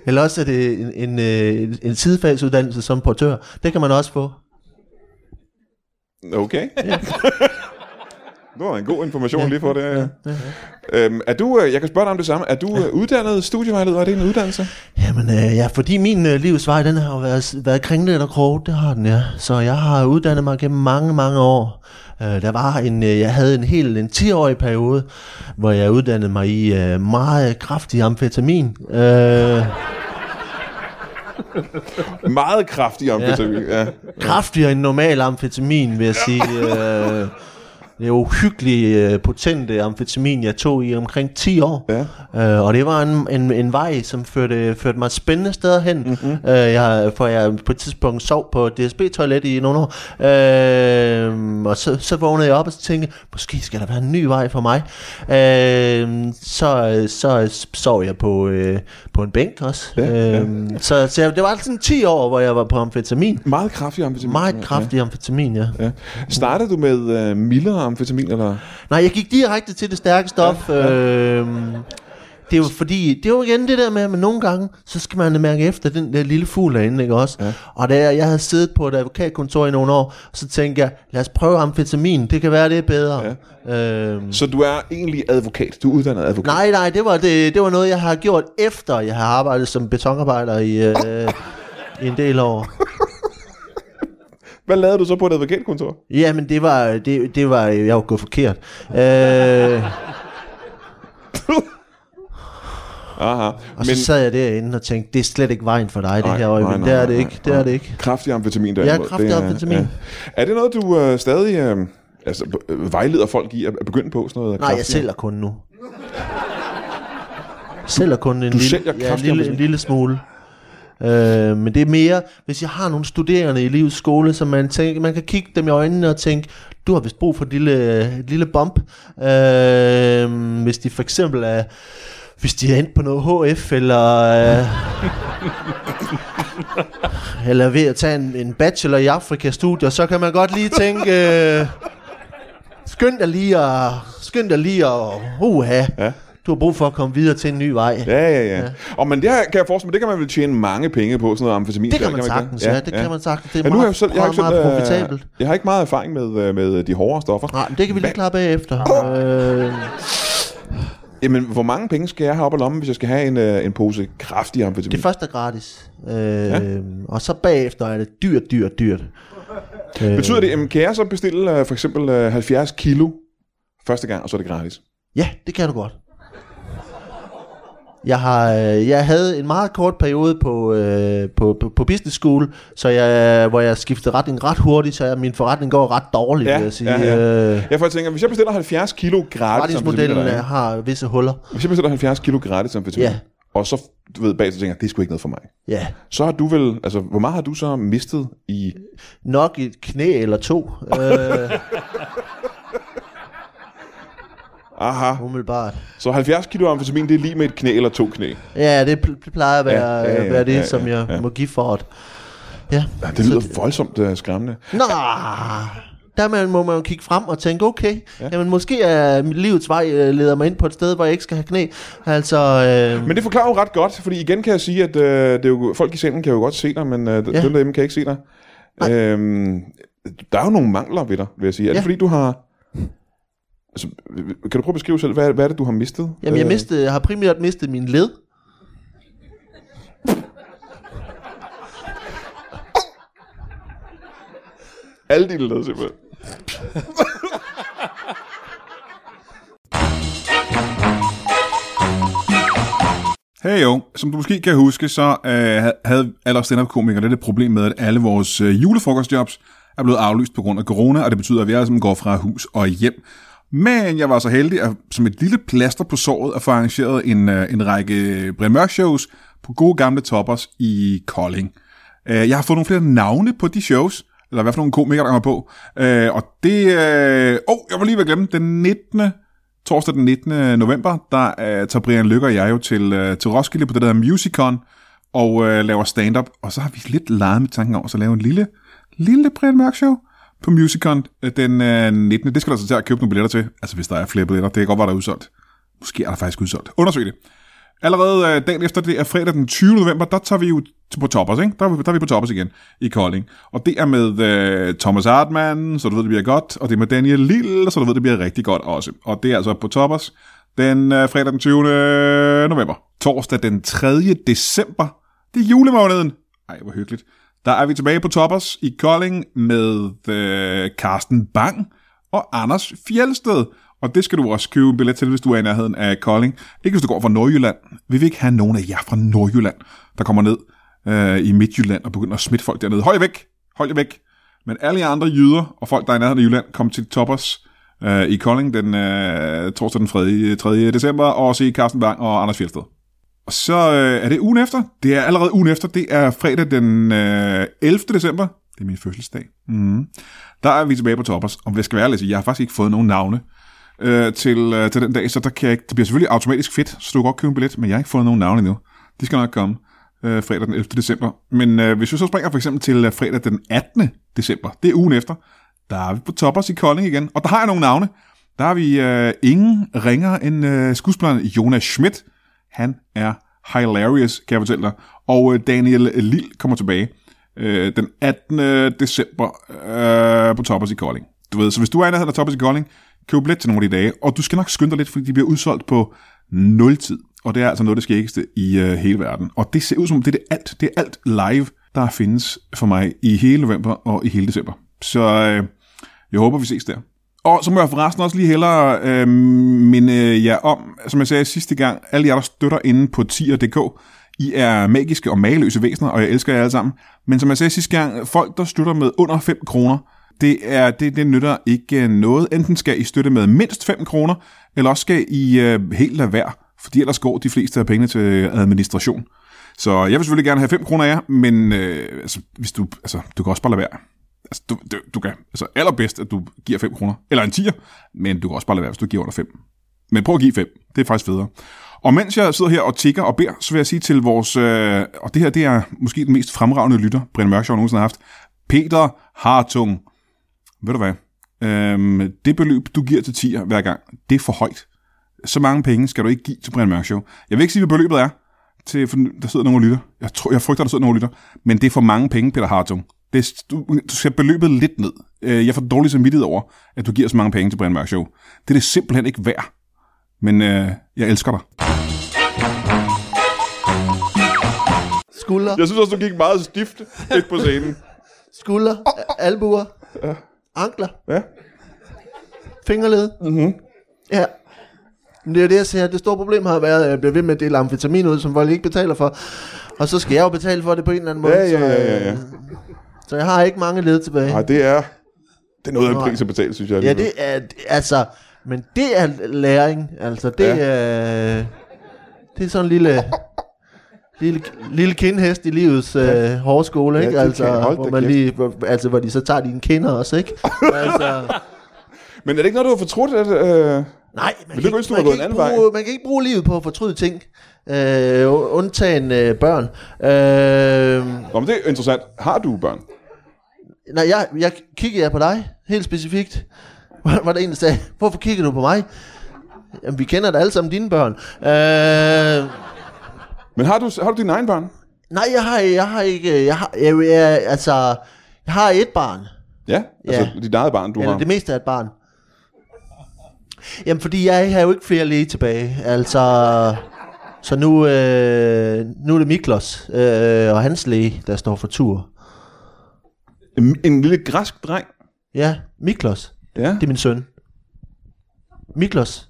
Speaker 3: eller også er det en, en, øh, en- en sidefagsuddannelse som portør. Det kan man også få.
Speaker 1: Okay. Det var en god information lige for det. Ja. Øhm, er du, øh, jeg kan spørge dig om det samme. Er du ja. uddannet studievejleder? Er det en uddannelse?
Speaker 3: Jamen øh, ja, fordi min øh, livsvej, den har jo været, været kringlet og kroget, det har den, ja. Så jeg har uddannet mig gennem mange, mange år. Øh, der var en, øh, jeg havde en hel en 10-årig periode, hvor jeg uddannede mig i øh, meget kraftig amfetamin. Øh,
Speaker 1: Meget kraftig amfetamin. Ja. Ja.
Speaker 3: kraftigere end normal amfetamin, vil jeg sige. Øh, det er uhyggelig øh, potente amfetamin, jeg tog i omkring 10 år.
Speaker 1: Ja.
Speaker 3: Øh, og det var en, en, en vej, som førte, førte mig spændende steder hen. Mm-hmm. Øh, jeg, for jeg på et tidspunkt sov på DSB-toilet i nogle år. Øh, og så, så vågnede jeg op og så tænkte, måske skal der være en ny vej for mig. Øh, så, så sov jeg på, øh, på en bænk også.
Speaker 1: Ja, ja.
Speaker 3: øh, Så, så jeg, det var sådan 10 år, hvor jeg var på amfetamin.
Speaker 1: Meget kraftig amfetamin.
Speaker 3: Meget kraftig amfetamin, ja.
Speaker 1: Ja. Startede du med øh, mildere amfetamin, eller?
Speaker 3: Nej, jeg gik direkte til det stærke stof. Ja, ja. Øh, det er jo fordi, det er jo igen det der med, at man nogle gange, så skal man mærke efter den der lille fugl derinde, ikke også? Ja. Og da jeg, jeg havde siddet på et advokatkontor i nogle år, så tænkte jeg, lad os prøve amfetamin, det kan være, det er bedre. Ja. Øhm,
Speaker 4: Så du er egentlig advokat. Du er uddannet advokat.
Speaker 3: nej, nej, det var, det, det var noget, jeg har gjort efter, jeg har arbejdet som betonarbejder i, øh, i en del år.
Speaker 4: Hvad lavede du så på et advokatkontor?
Speaker 3: Jamen, det var, det, det var, jeg var gået forkert. Øh,
Speaker 4: Aha.
Speaker 3: og så sad jeg derinde og tænkte, det er slet ikke vejen for dig, det
Speaker 4: Nej,
Speaker 3: her
Speaker 4: nej,
Speaker 3: øjeblik.
Speaker 4: nej,
Speaker 3: Det er det
Speaker 4: nej,
Speaker 3: ikke, det er det ikke.
Speaker 4: Kraftig amfetamin derimod. Det
Speaker 3: kraftig
Speaker 4: er-
Speaker 3: amfetamin.
Speaker 4: Ja. Er det noget, du øh, stadig øh, altså, b- øh, vejleder folk i at at begynde på? Sådan noget
Speaker 3: Nej, jeg
Speaker 4: kraftig-
Speaker 3: sælger kun nu. sælger kun en,
Speaker 4: sælger
Speaker 3: lille, ja, en,
Speaker 4: kraftigt
Speaker 3: lille,
Speaker 4: om
Speaker 3: en
Speaker 4: det.
Speaker 3: lille smule. Øh, men det er mere, hvis jeg har nogle studerende i livets skole, så man, tænker, man kan kigge dem i øjnene og tænke, du har vist brug for et lille, et lille bump. Øh, hvis de for eksempel er, hvis de er endt på noget HF, eller... Øh, eller ved at tage en, en bachelor i Afrika-studier, så kan man godt lige tænke... Øh, skynd dig lige at, skynd dig lige at, uha,
Speaker 4: Ja.
Speaker 3: ja. du har brug for at komme videre til en ny vej. Ja.
Speaker 4: Ja, ja, ja. ja. Og men det her, kan jeg forestille mig, det kan man vel tjene mange penge på, sådan noget amfetamin.
Speaker 3: Det kan
Speaker 4: der,
Speaker 3: man
Speaker 4: ikke
Speaker 3: sagtens, ja, det kan man sagtens. Det er
Speaker 4: Ja, nu har jeg, jo
Speaker 3: meget,
Speaker 4: selv, jeg, har
Speaker 3: meget,
Speaker 4: ikke
Speaker 3: meget
Speaker 4: selv, øh,
Speaker 3: profitabelt.
Speaker 4: jeg har ikke meget erfaring med, øh, med de hårdere stoffer.
Speaker 3: Nej, men det kan vi lige
Speaker 4: Hvad-
Speaker 3: klare bagefter. Øh,
Speaker 4: Jamen, hvor mange penge skal jeg have op i lommen, hvis jeg skal have en, øh, en pose kraftig amfetamin?
Speaker 3: det første er gratis. Øh, ja. Og så bagefter er det dyrt, dyrt, dyrt. Øh,
Speaker 4: Betyder det, at kan jeg så bestille øh, for eksempel øh, 70 kilo første gang, og så er det gratis?
Speaker 3: Ja, det kan du godt. Jeg, har, øh, jeg havde en meget kort periode på, øh, på, på, på business school, så jeg, hvor jeg skiftede retning ret hurtigt, så jeg, min forretning går ret dårligt,
Speaker 4: Ja,
Speaker 3: vil jeg sige.
Speaker 4: ja, ja.
Speaker 3: Øh,
Speaker 4: Jeg får tænker, hvis jeg bestiller 70 kilo gratis amfetamin,
Speaker 3: Gratismodellen
Speaker 4: eller,
Speaker 3: er- har visse huller.
Speaker 4: hvis jeg bestiller 70 kilo gratis amfetamin,
Speaker 3: Ja.
Speaker 4: og så du ved bag, så tænker jeg, det er sgu ikke noget for mig.
Speaker 3: Ja,
Speaker 4: Så har du vel, altså, hvor meget har du så mistet i...
Speaker 3: nok et knæ eller to, øh,
Speaker 4: Aha,
Speaker 3: umiddelbart.
Speaker 4: så 70 kilo amfetamin, det er lige med et knæ eller to knæ.
Speaker 3: Ja, det pl- plejer at være, ja, ja, ja, være det,
Speaker 4: ja, ja,
Speaker 3: som jeg
Speaker 4: ja.
Speaker 3: ja. må give for det. Ja.
Speaker 4: Ja, det lyder voldsomt uh, skræmmende.
Speaker 3: Nå, der man, må man jo kigge frem og tænke, okay, ja. jamen måske er mit livets vej øh, leder mig ind på et sted, hvor jeg ikke skal have knæ. Altså, øh,
Speaker 4: Men det forklarer jo ret godt, fordi igen kan jeg sige, at øh, det er jo, folk i salen kan jo godt se dig, men øh, ja.
Speaker 3: Ja.
Speaker 4: dem derhjemme kan ikke se dig. Øhm, der er jo nogle mangler ved dig, vil jeg sige. Er ja. det
Speaker 3: Ja.
Speaker 4: fordi, du har... Altså, øh, kan du prøve at beskrive selv, hvad, hvad er det, du har mistet?
Speaker 3: jamen jeg,
Speaker 4: Øh,
Speaker 3: mistede, jeg har primært mistet min led.
Speaker 4: Alle dine led, simpelthen.
Speaker 1: Hey jo, som du måske kan huske, så øh, havde alle os stand-up-komikere lidt et problem med, at alle vores øh, julefrokostjobs er blevet aflyst på grund af corona, og det betyder, at vi alle sammen går fra hus og hjem. Men jeg var så heldig, at som et lille plaster på såret, at få arrangeret en, øh, en række Brian Mørk shows på gode gamle toppers i Kolding. Øh, jeg har fået nogle flere navne på de shows, eller hvad for nogle komikere, der kommer på. Øh, og det... Øh, oh, jeg må lige ved at glemme, den 19. Torsdag den 19. november, der uh, tager Brian Lykke og jeg jo til, uh, til Roskilde på det, der hedder Musicon, og uh, laver stand-up. Og så har vi lidt leget med tanken om at så lave en lille, lille Brian Mørk Show på Musicon øh, den øh, 19. Det skal der så til at købe nogle billetter til. Altså hvis der er flere billetter, det kan godt være, der er udsolgt. Måske er der faktisk udsolgt. Undersøg det. Allerede øh, dagen efter, det er fredag den 20. november, der tager vi jo til- på Toppers, ikke? Der, er vi- der er vi på Toppers igen i Kolding. Og det er med øh, Thomas Hartmann, så du ved, det bliver godt. Og det er med Daniel Lille, så du ved, det bliver rigtig godt også. Og det er altså på Toppers den øh, fredag den 20. november. Torsdag den 3. december. Det er julemåneden. Ej, hvor hyggeligt. Der er vi tilbage på Toppers i Kolding med øh, Carsten Bang og Anders Fjelsted. Og det skal du også købe en billet til, hvis du er i nærheden af Kolding. Ikke hvis du går fra Nordjylland. Vi vil ikke have nogen af jer fra Nordjylland, der kommer ned øh, i Midtjylland og begynder at smitte folk dernede. Hold jer væk! Hold jer væk! Men alle jer andre jyder og folk, der er i nærheden af Jylland, kom til Toppers øh, i Kolding den øh, torsdag den 3. 3. december og se Carsten Bang og Anders Fjelsted. Og så øh, er det ugen efter. Det er allerede ugen efter. Det er fredag den øh, 11. december. Det er min fødselsdag. Mm. Der er vi tilbage på Toppers. Og det skal være ærlig, at sige, jeg har faktisk ikke fået nogen navne øh, til, øh, til den dag, så der kan jeg ikke, det bliver selvfølgelig automatisk fedt, så du kan godt købe en billet, men jeg har ikke fået nogen navne endnu. De skal nok komme øh, fredag den 11. december. Men øh, hvis vi så springer for eksempel til øh, fredag den 18. december, det er ugen efter, der er vi på Toppers i Kolding igen, og der har jeg nogle navne. Der har vi øh, ingen ringer end øh, skuespilleren Jonas Schmidt. Han er hilarious, kan jeg fortælle dig. Og øh, Daniel Lille kommer tilbage øh, den 18. december øh, på Toppers i Kolding. Du ved, så hvis du er i nærheden af Toppers i Kolding, køb billet til nogle af de dage, og du skal nok skynde dig lidt, fordi de bliver udsolgt på 0 tid. Og det er altså noget af det skæggeste i øh, hele verden. Og det ser ud som om, det er det alt, det er alt live, der findes for mig i hele november og i hele december. Så øh, jeg håber, vi ses der. Og så må jeg forresten også lige hellere øh, minde jer om, som jeg sagde sidste gang, alle jer, der støtter inde på tier.dk, I er magiske og mageløse væsener, og jeg elsker jer alle sammen. Men som jeg sagde sidste gang, folk, der støtter med under 5 kroner, det, er, det, det nytter ikke noget. Enten skal I støtte med mindst 5 kroner, eller også skal I øh, helt lade være, fordi ellers går de fleste af pengene til administration. Så jeg vil selvfølgelig gerne have 5 kroner af jer, men øh, altså, hvis du, altså, du kan også bare lade være. Altså, du, du, du kan. Altså, allerbedst, at du giver 5 kroner. Eller en 10'er. Men du kan også bare lade være, hvis du giver under 5. Men prøv at give 5. Det er faktisk federe. Og mens jeg sidder her og tigger og beder, så vil jeg sige til vores... Øh, og det her, det er måske den mest fremragende lytter, Brian Mørk, jeg nogensinde har haft. Peter Hartung. Ved du hvad? Øhm, det beløb, du giver til 10'er hver gang, det er for højt. Så mange penge skal du ikke give til Brian Mørk Show. Jeg vil ikke sige, hvad beløbet er, til, for der sidder nogen og lytter. Jeg, tror, jeg frygter, der sidder nogen og lytter. Men det er for mange penge, Peter Hartung. Det, er- du, du skal beløbet lidt ned. Øh, Jeg får dårlig samvittighed over, at du giver så mange penge til Brian Mørk Show. Det er det simpelthen ikke værd. Men øh, jeg elsker dig.
Speaker 3: Skulder,
Speaker 5: Jeg synes også, du gik meget stift lidt på scenen.
Speaker 3: skulder, albuer, ankler,
Speaker 5: Ja.
Speaker 3: fingerled. Mm-hmm. Ja. Men det er jo det, jeg siger. Det store problem har været, at jeg bliver ved med at dele amfetamin ud, som folk ikke betaler for. Og så skal jeg jo betale for det på en eller anden måde.
Speaker 5: Ja, ja, ja, ja,
Speaker 3: Så,
Speaker 5: ja.
Speaker 3: øh, så jeg har ikke mange led tilbage.
Speaker 5: Ej, det er... Det er noget af en pris at betale, synes jeg.
Speaker 3: Ja,
Speaker 5: alligevel.
Speaker 3: det er, det- altså, men det er læring, altså, det
Speaker 5: Ja.
Speaker 3: ja. er, det er sådan en lille, lille, lille kindhest i livets ja. øh, hårde skole,
Speaker 5: Ja,
Speaker 3: ikke?
Speaker 5: det
Speaker 3: altså,
Speaker 5: kan- hold
Speaker 3: hvor
Speaker 5: da
Speaker 3: man
Speaker 5: kæft.
Speaker 3: lige, hvor, altså, hvor de så tager dine kinder også, ikke? altså,
Speaker 5: Men er det ikke noget, du har fortrudt? At, øh...
Speaker 3: nej,
Speaker 5: det
Speaker 3: man, kan,
Speaker 5: kunne
Speaker 3: ikke,
Speaker 5: ønske, du var
Speaker 3: man, kan
Speaker 5: gået en
Speaker 3: ikke
Speaker 5: anden
Speaker 3: bruge, man kan ikke bruge livet på at fortryde ting, øh, u- undtagen øh, børn. Øh,
Speaker 5: Nå, men det er interessant. Har du børn?
Speaker 3: nej, jeg, jeg kiggede jeg på dig, helt specifikt, var der en, der sagde, hvorfor kigger du på mig? Jamen, vi kender da alle sammen dine børn. Øh,
Speaker 5: Men har du, har du dine egne børn?
Speaker 3: Nej, jeg har, jeg har ikke, jeg har, jeg, jeg, altså, jeg har et barn,
Speaker 5: Ja, altså
Speaker 3: Ja.
Speaker 5: dit eget barn, du
Speaker 3: eller
Speaker 5: har.
Speaker 3: det meste af et barn. Jamen, fordi jeg har jo ikke flere læge tilbage, altså, så nu, øh, nu er det Miklos øh, og hans læge, der står for tur.
Speaker 5: En, en lille græsk dreng.
Speaker 3: Ja, Miklos,
Speaker 5: Ja.
Speaker 3: det er min søn. Miklos,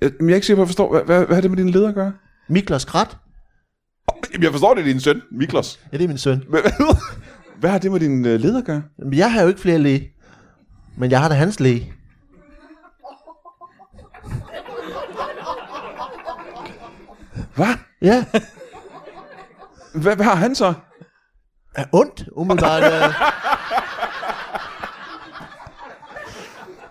Speaker 5: Jeg, men jeg er ikke sikker på, at jeg forstår. Hvad, hvad, hvad har det med dine leder at gøre?
Speaker 3: Miklos Krat,
Speaker 5: Jamen, jeg forstår, det er din søn, Miklos.
Speaker 3: ja, det er min søn.
Speaker 5: Hvad, hvad har det med din øh, leder at gøre?
Speaker 3: Men jeg har jo ikke flere læge, men jeg har da hans læge.
Speaker 5: Hvad?
Speaker 3: Ja,
Speaker 5: Hvad, hvad har han så?
Speaker 3: er ondt, umiddelbart. øh.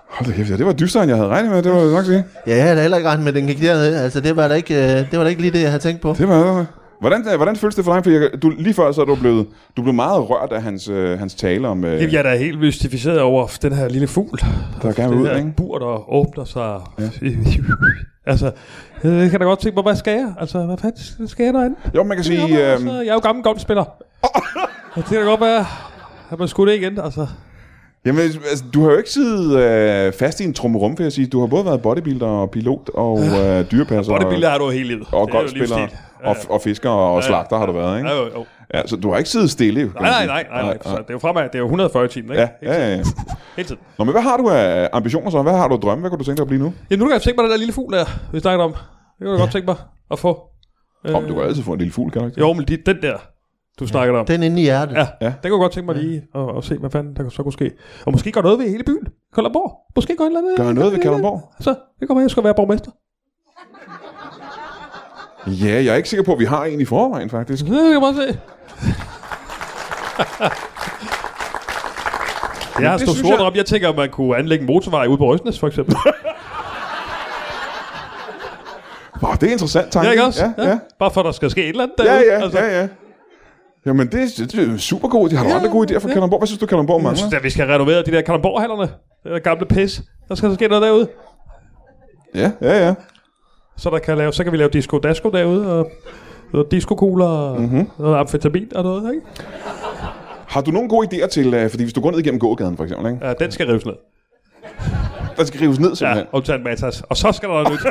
Speaker 5: Hold da kæft, ja, det var dystere, end jeg havde regnet med, det var jeg nok sige.
Speaker 3: Ja, jeg havde da heller ikke regnet med, at den gik derned. Altså, det var da ikke, øh, det var da ikke lige det, jeg havde tænkt på.
Speaker 5: Det var... Hvordan, øh, hvordan føles det for dig? Fordi jeg, du, lige før så er du blevet, du blev meget rørt af hans, øh, hans tale om... Øh,
Speaker 2: Jamen, jeg er da helt mystificeret over den her lille fugl.
Speaker 5: Der er gerne
Speaker 2: det
Speaker 5: ud,
Speaker 2: her
Speaker 5: ikke?
Speaker 2: bur, der åbner sig. Ja. altså, jeg kan da godt tænke på, hvad skal jeg? Altså, hvad fanden skal jeg derinde?
Speaker 5: Jo, man kan sige...
Speaker 2: Jamen,
Speaker 5: Øh,
Speaker 2: altså, jeg er jo gammel golfspiller. Og det kan da godt være, at man skulle det igen, altså.
Speaker 5: jamen, altså, du har jo ikke siddet øh, fast i en trummerum, vil jeg sige. Du har både været bodybuilder og pilot og øh, dyrepasser.
Speaker 2: Bodybuilder har du hele livet.
Speaker 5: og
Speaker 2: Det er jo
Speaker 5: golfspiller
Speaker 2: livsstil.
Speaker 5: og, og fisker og slagter har du været, ikke?
Speaker 2: Ja, jo, jo.
Speaker 5: Ja, så du har ikke siddet stille. kan man
Speaker 2: Nej, nej,
Speaker 5: sige.
Speaker 2: nej, nej, nej. Så Det er jo fremad, det er jo 140 timer, ikke?
Speaker 5: Ja, ja, ja, ja.
Speaker 2: Hele tiden.
Speaker 5: Nå, men hvad har du af ambitioner så? Hvad har du af drømme? Hvad kunne du tænke dig at blive nu?
Speaker 2: Jamen, nu kan jeg tænke mig den der lille fugl der, vi snakkede om. Det kunne jeg godt tænke mig at få.
Speaker 5: Øh. Om du kan altid få en lille fugl, kan du ikke?
Speaker 2: Jo, men lige den der, du snakkede om.
Speaker 3: Den inde i hjertet.
Speaker 2: Ja,
Speaker 3: Ja.
Speaker 2: ja, den kunne jeg godt tænke mig lige at, at se, hvad fanden der så kunne ske. Og måske gør noget ved hele byen. Kalderborg. Måske gør en eller anden...
Speaker 5: Gør noget ved Kalundborg?
Speaker 2: Så, det kommer jeg, jeg skal være borgmester.
Speaker 5: Ja, jeg er ikke sikker på, at vi har en i forvejen, faktisk.
Speaker 2: Det kan jeg bare se. Jeg har
Speaker 5: det
Speaker 2: stået
Speaker 5: synes
Speaker 2: store
Speaker 5: jeg-
Speaker 2: drøm. Jeg tænker, at man kunne anlægge en motorvej ude på Røsnes, for eksempel.
Speaker 5: Nå, det er interessant tanke.
Speaker 2: Mhm. ja, ikke også?
Speaker 5: Ja, ja.
Speaker 2: Bare for, at der skal ske et eller andet
Speaker 5: Ja,
Speaker 2: derude. Altså,
Speaker 5: ja, ja, ja. Jamen, det, er- det er super godt. Har du
Speaker 2: Ja,
Speaker 5: andre gode idéer for
Speaker 2: ja. Mm.
Speaker 5: Kalundborg? Hvad synes du, Kalundborg
Speaker 2: Jeg synes,
Speaker 5: mangler?
Speaker 2: at vi skal renovere de der Kalundborg-hallerne. Det der gamle pis. Der skal så ske noget derude.
Speaker 5: Ja, ja, ja.
Speaker 2: så, der kan lave, så kan vi lave disco dasko derude, og noget diskokugler og mm-hmm. noget amfetamin og noget, ikke?
Speaker 1: Har du nogen gode idéer til, øh, fordi hvis du går ned igennem gågaden for eksempel, ikke?
Speaker 2: Ja, den skal rives ned.
Speaker 1: der skal rives ned
Speaker 2: Ja,
Speaker 1: simpelthen. Ja.
Speaker 2: undtagen Matas. Og så skal der noget nyt.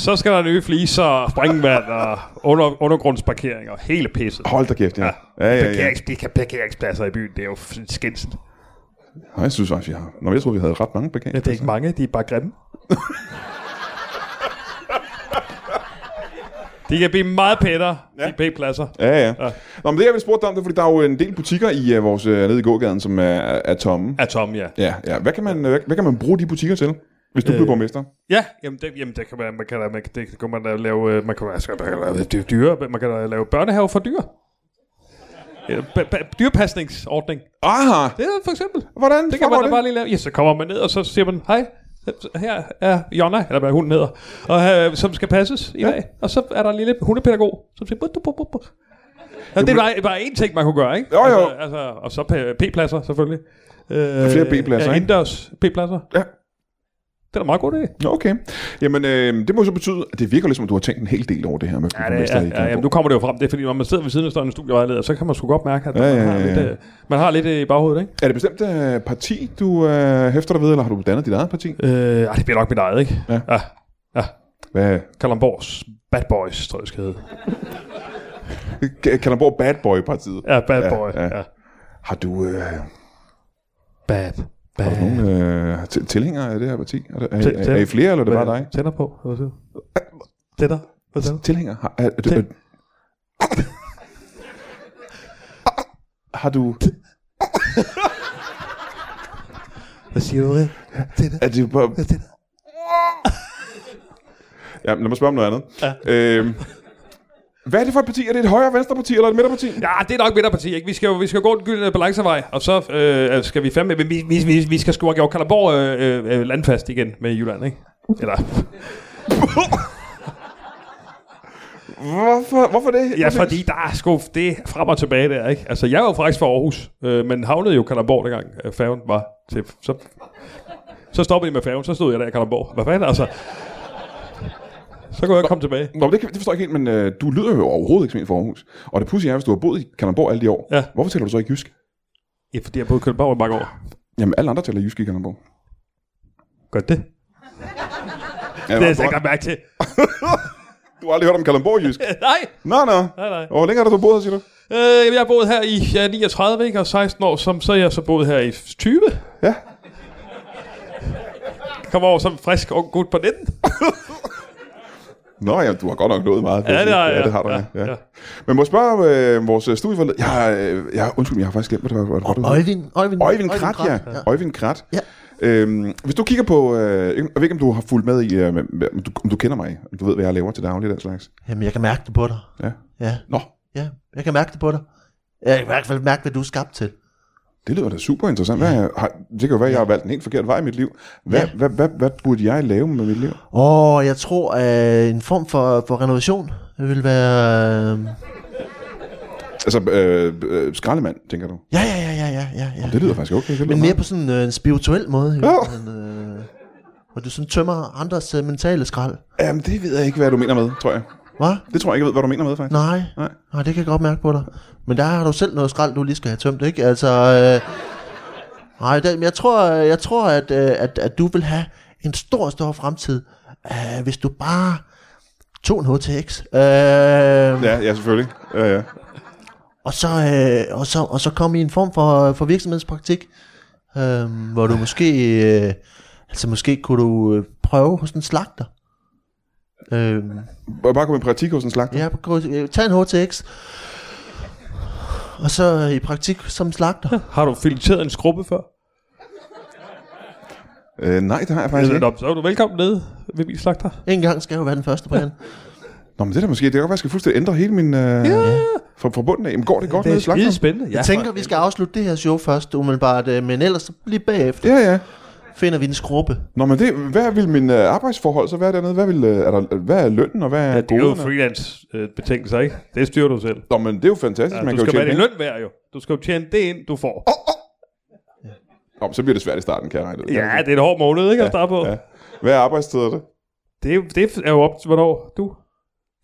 Speaker 2: Så skal der nye fliser, og springvand og under, undergrundsparkering og hele pisset.
Speaker 1: Hold da kæft, ja. Ja, ja, ja.
Speaker 2: Parkerings, de kan parkeringspladser i byen, det er jo f- skindsen.
Speaker 1: Nej, jeg synes faktisk, vi har... Nå, jeg tror, vi havde ret mange
Speaker 2: Ja,
Speaker 1: parkeringspladser.
Speaker 2: det er ikke mange, de er bare grimme. de kan blive meget pænere, ja. de P-pladser.
Speaker 1: Ja, ja. ja. Nå, men det jeg ville spurgte dig om, det er, fordi der er jo en del butikker
Speaker 5: øh,
Speaker 1: i uh, vores, uh, nede i gågaden, som er, er tomme.
Speaker 2: Er tomme, ja.
Speaker 1: Ja, ja. Hvad kan, man, øh, hvad, hvad kan man bruge de butikker til, hvis du øh. bliver borgmester?
Speaker 2: Ja, jamen det, jamen det kan man, man kan, da- man, kan- det kan man da lave, øh, man kan, man kan da lave dy- dyre, man kan da lave børnehave for dyr. Ja, ba- ba- dyrepasningsordning.
Speaker 1: Aha!
Speaker 2: Det er for eksempel.
Speaker 1: Hvordan
Speaker 2: Det kan man da bare lige lave. Ja, så kommer man ned, og så siger man, hej, her er Jonna, eller hvad hun hedder, og, øh, som skal passes i dag. Og så er der en lille hundepædagog, som siger, bup, bup, bup, bup. Ja, det er bare, bare én ting, man kunne gøre, ikke?
Speaker 1: Jo, jo.
Speaker 2: Altså, altså, og så P- P-pladser, selvfølgelig. Øh,
Speaker 1: flere P-pladser,
Speaker 2: ja,
Speaker 1: ikke?
Speaker 2: Indendørs P-pladser.
Speaker 1: Ja.
Speaker 2: Det er da meget god idé.
Speaker 1: Nå, okay. Jamen, øh, det må så betyde, at det virker lidt som, at du har tænkt en hel del over det her med
Speaker 2: Ja, det, ja, ja, jamen, nu kommer det jo frem. Det er fordi, når man sidder ved siden af sådan en studievejleder, så kan man sgu godt mærke, at
Speaker 1: Ja, ja,
Speaker 2: man, har
Speaker 1: ja,
Speaker 2: lidt,
Speaker 1: ja.
Speaker 2: øh, man har lidt øh, i baghovedet, ikke?
Speaker 1: Er det bestemt øh, parti, du øh, hæfter dig ved, eller har du dannet dit eget parti?
Speaker 2: Øh, ej, det bliver nok mit eget, ikke?
Speaker 1: Ja.
Speaker 2: ja. ja.
Speaker 1: Hvad?
Speaker 2: Kalamborgs Bad Boys, tror jeg, det skal hedde.
Speaker 1: K- Kalamborg Bad Boy-partiet.
Speaker 2: Ja, Bad
Speaker 1: Ja,
Speaker 2: ja, Boy.
Speaker 1: ja.
Speaker 2: Ja. ja.
Speaker 1: Har du øh,
Speaker 2: Bad. Bad.
Speaker 1: nogen øh, til- tilhængere af det her parti? Er, der, er,
Speaker 2: Til-
Speaker 1: er, er I flere, eller er det bare dig?
Speaker 2: Tænder på. Hvad siger du? Tænder. Hvad siger du?
Speaker 1: Tilhænger? Har, er, er, du-
Speaker 2: Til-
Speaker 1: har du...
Speaker 2: Hvad siger du? Tænder.
Speaker 1: Er det bare...
Speaker 2: Tænder.
Speaker 1: Ja, men lad mig spørge om noget andet. Ja. Øhm, hvad er det for et parti? Er det et højre venstre parti eller et midterparti?
Speaker 2: Ja, det er nok midterparti, ikke? Vi skal jo vi skal jo gå den gyldne balancevej, og så øh, skal vi fandme... Vi, vi, vi, vi skal sgu have gjort Kalamborg øh, øh, landfast igen med Jylland, ikke? Eller...
Speaker 1: Hvorfor, hvorfor det?
Speaker 2: Ja, fordi der er sgu det er frem og tilbage der, ikke? Altså, jeg var jo faktisk fra Aarhus, øh, men havnede jo i Kalamborg, dengang øh, færgen var til... Så, så stoppede jeg med færgen, så stod jeg der i Kalamborg. Hvad fanden, altså? Så kunne jeg ikke komme tilbage.
Speaker 1: Nå, men det, kan, det forstår jeg ikke helt, men øh, du lyder jo overhovedet ikke som en fra Aarhus. Og det pudsige er, hvis du har boet i Kalundborg alle de år,
Speaker 2: Ja.
Speaker 1: hvorfor taler du så ikke jysk?
Speaker 2: Ja, fordi jeg boede i Kalamborg i mange år.
Speaker 1: Jamen, alle andre taler jysk i Kalundborg.
Speaker 2: Gør det? Det
Speaker 1: Ja,
Speaker 2: har jeg
Speaker 1: du,
Speaker 2: slet ikke
Speaker 1: har,
Speaker 2: lagt mærke til.
Speaker 1: du har aldrig hørt om Kalundborg jysk?
Speaker 2: nej,
Speaker 1: Nå, nå.
Speaker 2: nej, nej.
Speaker 1: Og hvor længe har du så boet her, siger du?
Speaker 2: Øh, jeg har boet her i jeg er 39, ikke? Og 16 år, som, så er jeg så boet her i 20.
Speaker 1: Ja.
Speaker 2: Kom over som frisk ung gut på 19.
Speaker 1: Nå ja, du har godt nok nået meget. vil jeg
Speaker 2: det
Speaker 1: sige.
Speaker 2: har jeg,
Speaker 1: Ja, det har du, ja.
Speaker 2: ja,
Speaker 1: ja.
Speaker 2: ja.
Speaker 1: Men må jeg spørge øh, vores øh, studieforleder? Jeg, har, øh, jeg, har- undskyld, jeg har faktisk glemt, hvad det var. hvad det var.
Speaker 3: Øjvind. Øjvind,
Speaker 1: Øjvind Krat, ja. Øjvind Krat.
Speaker 3: Ja.
Speaker 1: Øhm, hvis du kigger på, øh, jeg ved ikke om du har fulgt med i, øh, men- men- om du, om du kender mig, om du ved hvad jeg laver til daglig den slags.
Speaker 3: Jamen, jeg kan mærke det på dig.
Speaker 1: Ja.
Speaker 3: Ja,
Speaker 1: Nå,
Speaker 3: ja. Jeg kan mærke det på dig. Jeg kan i hvert fald mærke, hvad du er skabt til.
Speaker 1: det lyder da super interessant. Hvad, har, det kan jo være, at jeg har valgt en helt forkert vej i mit liv. Hvad, ja.
Speaker 3: Ja.
Speaker 1: hvad, hvad, hvad burde jeg lave med mit liv?
Speaker 3: Åh, jeg tror, at en form for, for renovation vil være... øh,
Speaker 1: Altså, øh, øh, skraldemand, tænker du?
Speaker 3: Ja, ja, ja, ja, ja, ja. ja.
Speaker 1: Det lyder faktisk okay. Det lyder
Speaker 3: Men
Speaker 1: meget-
Speaker 3: mere på sådan øh, en spirituel måde. Jo.
Speaker 1: Ja.
Speaker 3: Men, øh, hvor du sådan tømmer andres øh, mentale skrald.
Speaker 1: Jamen, det ved jeg ikke, hvad du mener med, tror jeg.
Speaker 3: Hva?
Speaker 1: Det tror jeg ikke, jeg ved, hvad du mener med, faktisk.
Speaker 3: Nej.
Speaker 1: Nej.
Speaker 3: Nej, det kan jeg godt mærke på dig. Men der har du selv noget skrald, du lige skal have tømt, ikke? Altså, øh, nej, det, men jeg tror, øh, jeg tror at, øh, at, at du vil have en stor, stor fremtid, øh, hvis du bare tog en HTX. Øh, ja.
Speaker 1: Ja, ja, selvfølgelig. Ja, ja.
Speaker 3: og, så, øh, og, så, og så kom i en form for, for virksomhedspraktik, øh, hvor du måske, øh, altså måske kunne du øh, prøve hos en slagter. Øh,
Speaker 1: Bare- Bare gå i praktik hos en slagter.
Speaker 3: Ja, gå- øh, tag en HTX. Og så øh, i praktik som slagter.
Speaker 2: Har du fileteret en skrubbe før?
Speaker 1: Øh, nej, det har jeg faktisk
Speaker 2: Altså,
Speaker 1: ikke.
Speaker 2: nå, så er du velkommen nede ved min slagter.
Speaker 3: En gang skal jeg jo være den første, Brian.
Speaker 1: Nå, men det er da måske, det kan godt være, jeg skal fuldstændig ændre hele min... Øh, ja. fra, fra bunden af. Jamen, går det godt nede i slagteren?
Speaker 2: spændende.
Speaker 3: Jeg tænker, vi skal afslutte det her show først umiddelbart, øh, men ellers så lige bagefter
Speaker 1: Ja, ja.
Speaker 3: finder vi en skruppe.
Speaker 1: Nå, men det, hvad vil min øh, arbejdsforhold så være dernede? Hvad, vil, øh, er der, hvad er lønnen, og hvad er
Speaker 2: Ja, det er jo
Speaker 1: goderne?
Speaker 2: freelance-betingelser, ikke? Det styrer du selv.
Speaker 1: Nå, men det er jo fantastisk.
Speaker 2: Ja,
Speaker 1: Ja, man
Speaker 2: du
Speaker 1: kan jo
Speaker 2: skal være
Speaker 1: tjene
Speaker 2: din
Speaker 1: penge.
Speaker 2: løn værd, jo. Du skal jo tjene det ind, du får. Oh,
Speaker 1: Nå, men så bliver det svært i starten, kan jeg regne ud.
Speaker 2: ja, det er en hård måned, ikke? Ja, at starte på.
Speaker 1: ja. Hvad er arbejdstid det?
Speaker 2: Det er, jo- det er jo op til, hvornår du...